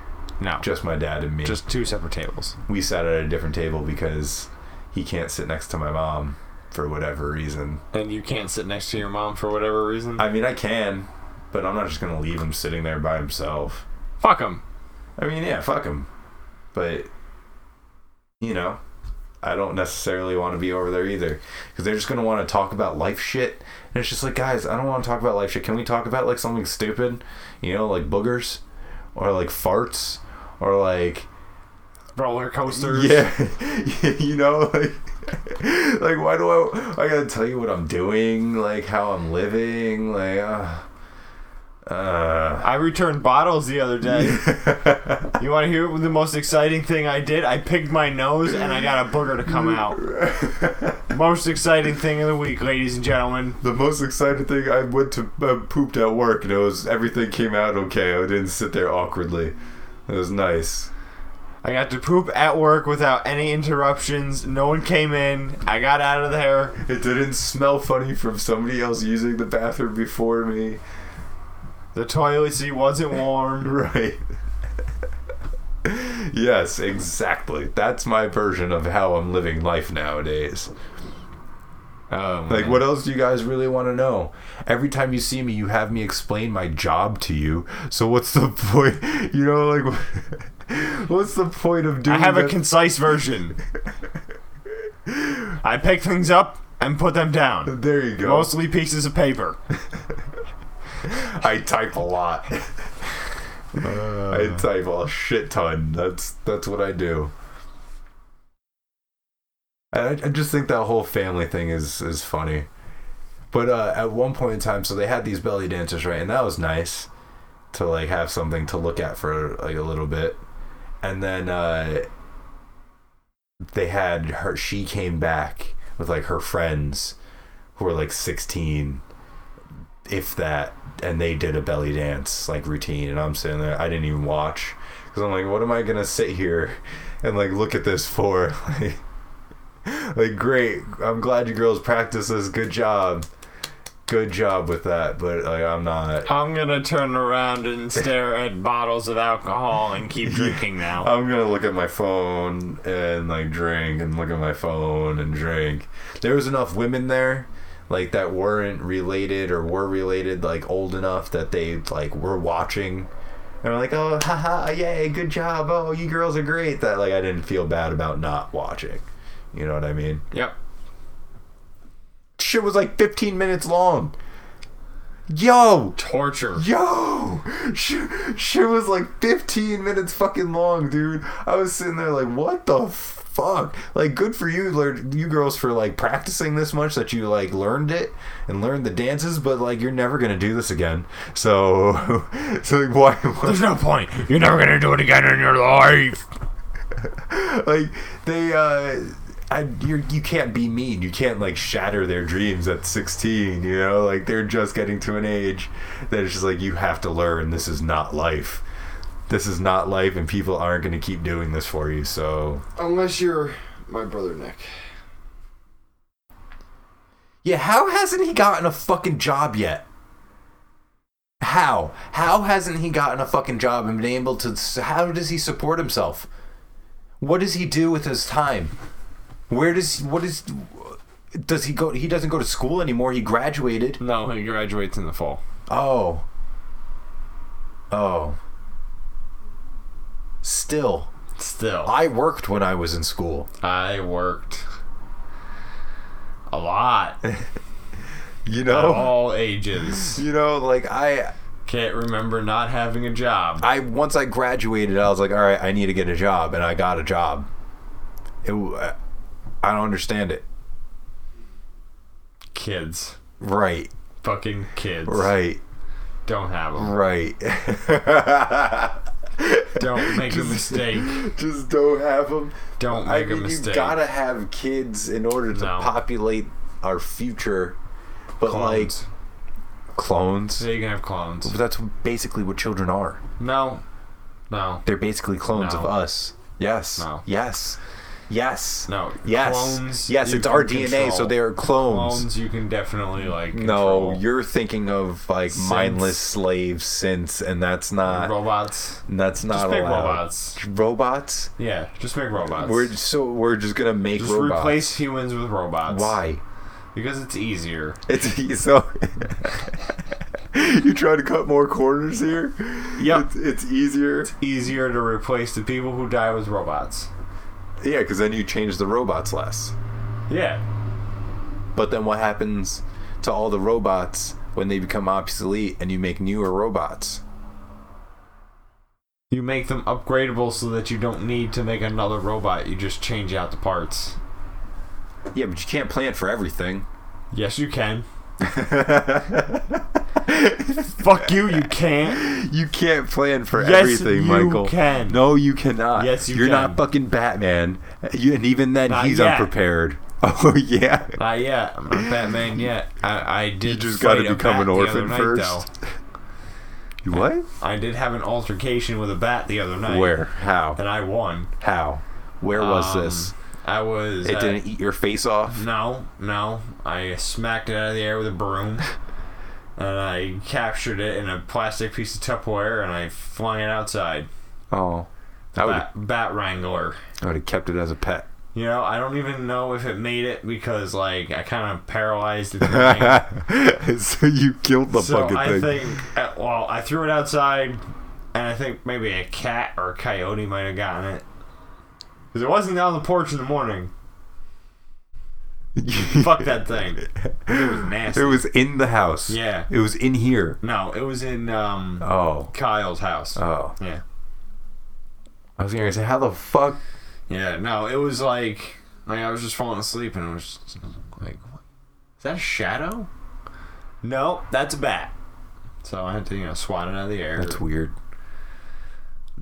C: No.
B: just my dad and me
C: just two separate tables.
B: we sat at a different table because he can't sit next to my mom for whatever reason.
C: And you can't sit next to your mom for whatever reason.
B: I mean, I can, but I'm not just gonna leave him sitting there by himself.
C: Fuck them.
B: I mean, yeah, fuck him, but you know, I don't necessarily want to be over there either because they're just gonna want to talk about life shit, and it's just like, guys, I don't want to talk about life shit. Can we talk about like something stupid, you know, like boogers, or like farts, or like
C: Roller coasters.
B: Yeah, you know, like, like why do I? I gotta tell you what I'm doing, like how I'm living, like. Uh, uh,
C: I returned bottles the other day. you want to hear the most exciting thing I did? I picked my nose and I got a booger to come out. most exciting thing of the week, ladies and gentlemen.
B: the most exciting thing I went to uh, pooped at work, and it was everything came out okay. I didn't sit there awkwardly. It was nice.
C: I got to poop at work without any interruptions. No one came in. I got out of there.
B: It didn't smell funny from somebody else using the bathroom before me.
C: The toilet seat wasn't warm.
B: Right. yes, exactly. That's my version of how I'm living life nowadays.
C: Oh,
B: Like, what else do you guys really want to know? Every time you see me, you have me explain my job to you. So what's the point? You know, like, what's the point of doing?
C: I have a
B: that?
C: concise version. I pick things up and put them down.
B: there you go.
C: Mostly pieces of paper.
B: I type a lot. I type a shit ton. That's that's what I do. I, I just think that whole family thing is is funny. But uh, at one point in time, so they had these belly dancers, right? And that was nice to like have something to look at for like a little bit. And then uh, they had her. She came back with like her friends who were like sixteen if that and they did a belly dance like routine and i'm sitting there i didn't even watch because i'm like what am i gonna sit here and like look at this for like, like great i'm glad you girls practice this good job good job with that but like i'm not
C: I'm gonna turn around and stare at bottles of alcohol and keep drinking now.
B: I'm gonna look at my phone and like drink and look at my phone and drink. There was enough women there, like that weren't related or were related, like old enough that they like were watching. And I'm like, oh, haha, yay, good job. Oh, you girls are great. That like I didn't feel bad about not watching. You know what I mean?
C: Yep.
B: Shit was like 15 minutes long. Yo,
C: Torture.
B: yo, she, she was like 15 minutes fucking long, dude. I was sitting there like, what the fuck? Like, good for you, learn you girls for like practicing this much that you like learned it and learned the dances, but like you're never gonna do this again. So, so like, why? why
C: There's no point. You're never gonna do it again in your life.
B: like they uh I, you're, you can't be mean. You can't like shatter their dreams at 16. You know, like they're just getting to an age that it's just like you have to learn. This is not life. This is not life, and people aren't going to keep doing this for you. So
H: Unless you're my brother Nick.
B: yeah, how hasn't he gotten a fucking job yet? How? How hasn't he gotten a fucking job and been able to? How does he support himself? What does he do with his time? Where does what is? Does he go? He doesn't go to school anymore. He graduated.
C: No, he graduates in the fall.
B: Oh. Oh. Still,
C: Still,
B: I worked when I was in school.
C: I worked a lot at
B: You know.
C: all ages.
B: You know, like I,
C: Can't remember not having a job.
B: I once I graduated, I was like, all right, I need to get a job, and I got a job. It, w- I don't understand it.
C: Kids,
B: Right.
C: fucking kids.
B: Right.
C: Don't have them.
B: Right.
C: Don't make a mistake.
B: Just don't have them.
C: Don't
B: I
C: make a
B: mean, you
C: mistake.
B: gotta have kids in order to
C: No.
B: populate our future. But
C: clones.
B: like clones.
C: so you can have clones.
B: But that's basically what children are.
C: No, no,
B: They're basically clones
C: No.
B: of us. Yes.
C: No.
B: Yes. Yes.
C: no.
B: Yes.
C: Clones
B: yes,
C: you
B: it's our
C: can
B: DNA, so
C: control.
B: they are clones.
C: Clones you can definitely like.
B: No,
C: control.
B: you're thinking of like
C: Synths.
B: mindless slaves since and that's not
C: robots.
B: that's not
C: Just make
B: allowed.
C: robots.
B: Robots?
C: Yeah, just make robots.
B: We're so we're just gonna make
C: just
B: robots.
C: replace humans with robots.
B: Why?
C: Because it's easier.
B: It's so. you try to cut more corners here.
C: Yep.
B: It's, it's easier.
C: Easier to replace the people who die with robots.
B: Yeah, because then you change the robots less.
C: Yeah.
B: But then what happens to all the robots when they become obsolete and you make newer robots?
C: You make them upgradable so that you don't need to make another robot. You just change out the parts.
B: Yeah, but you can't plan for everything.
C: Yes, you can. Fuck you, you can't.
B: You can't plan for
C: Yes,
B: everything,
C: you
B: Michael.
C: can.
B: No, you cannot.
C: Yes, you
B: You're
C: can.
B: not fucking Batman. You, and even then,
C: Not
B: he's
C: yet.
B: unprepared. Oh yeah.
C: Not yet. Uh, I'm not Batman yet. I, I did.
B: just
C: fight
B: gotta
C: a
B: become
C: bat
B: an
C: the
B: orphan
C: other night,
B: first.
C: though.
B: You what?
C: I did have an altercation with a bat the other night.
B: Where? How?
C: And I won.
B: How? Where was
C: Um,
B: this?
C: I was.
B: It
C: uh,
B: didn't eat your face off.
C: No, no. I smacked it out of the air with a broom. and I captured it in a plastic piece of Tupperware and I flung it outside.
B: Oh, I would
C: Bat, bat Wrangler.
B: I would have kept it as a pet.
C: You know, I don't even know if it made it because, like, I kind of paralyzed it. so
B: so you killed the fucking
C: I
B: thing.
C: think, uh, well, I threw it outside and I think maybe a cat or a coyote might have gotten it. Because it wasn't on the porch in the morning. Fuck that thing. It was nasty.
B: it was in the house.
C: Yeah.
B: It was in here.
C: No, it was in um,
B: Oh.
C: Kyle's house.
B: Oh.
C: yeah.
B: I was gonna say, how the fuck?
C: Yeah, no, it was like, like I was just falling asleep and it was just like, what? is that a shadow? No, that's a bat. So I had to, you know, swat it out of the air.
B: That's weird.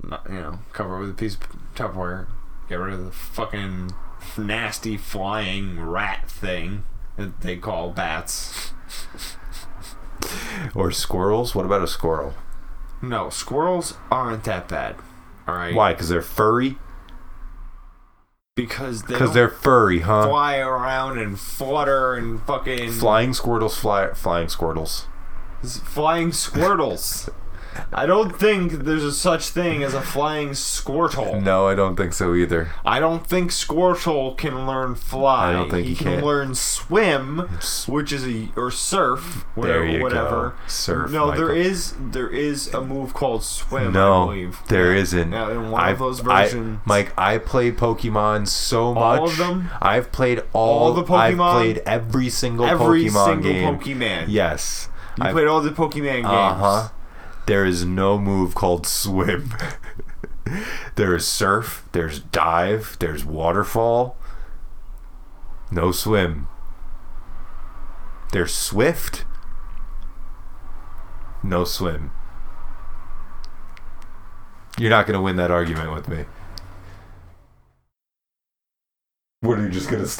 C: not- you know, cover it with a piece of Tupperware. Get rid of the fucking nasty flying rat thing that they call bats.
B: Or squirrels? What about a squirrel?
C: No, squirrels aren't that bad. All right.
B: Why? Because they're furry.
C: Because they
B: Because
C: don't
B: they're uh, furry, huh?
C: fly around and flutter and fucking
B: Flying squirtles, fly, flying squirtles.
C: flying squirtles. I don't think there's a such thing as a flying squirtle.
B: No, I don't think so either.
C: I don't think Squirtle can learn fly.
B: I don't think
C: he,
B: he
C: can
B: can.
C: learn swim, which is a or surf, whatever.
B: There you go.
C: whatever.
B: Surf,
C: No, there
B: Michael.
C: is there is a move called swim. I
B: No,
C: believe.
B: there
C: Yeah.
B: isn't.
C: Yeah, in one
B: I've-
C: of those
B: I-
C: versions,
B: Mike, I play Pokemon so much.
C: All of them?
B: I've played all,
C: All the Pokemon?
B: I've played every single
C: every
B: Pokemon
C: single
B: game.
C: Pokemon.
B: Yes,
I: You
B: I-
I: played all the Pokemon games.
B: Uh huh. There is no move called swim. there is surf. There's dive. There's waterfall. No swim. There's swift. No swim. You're not gonna win that argument with me. What are you just gonna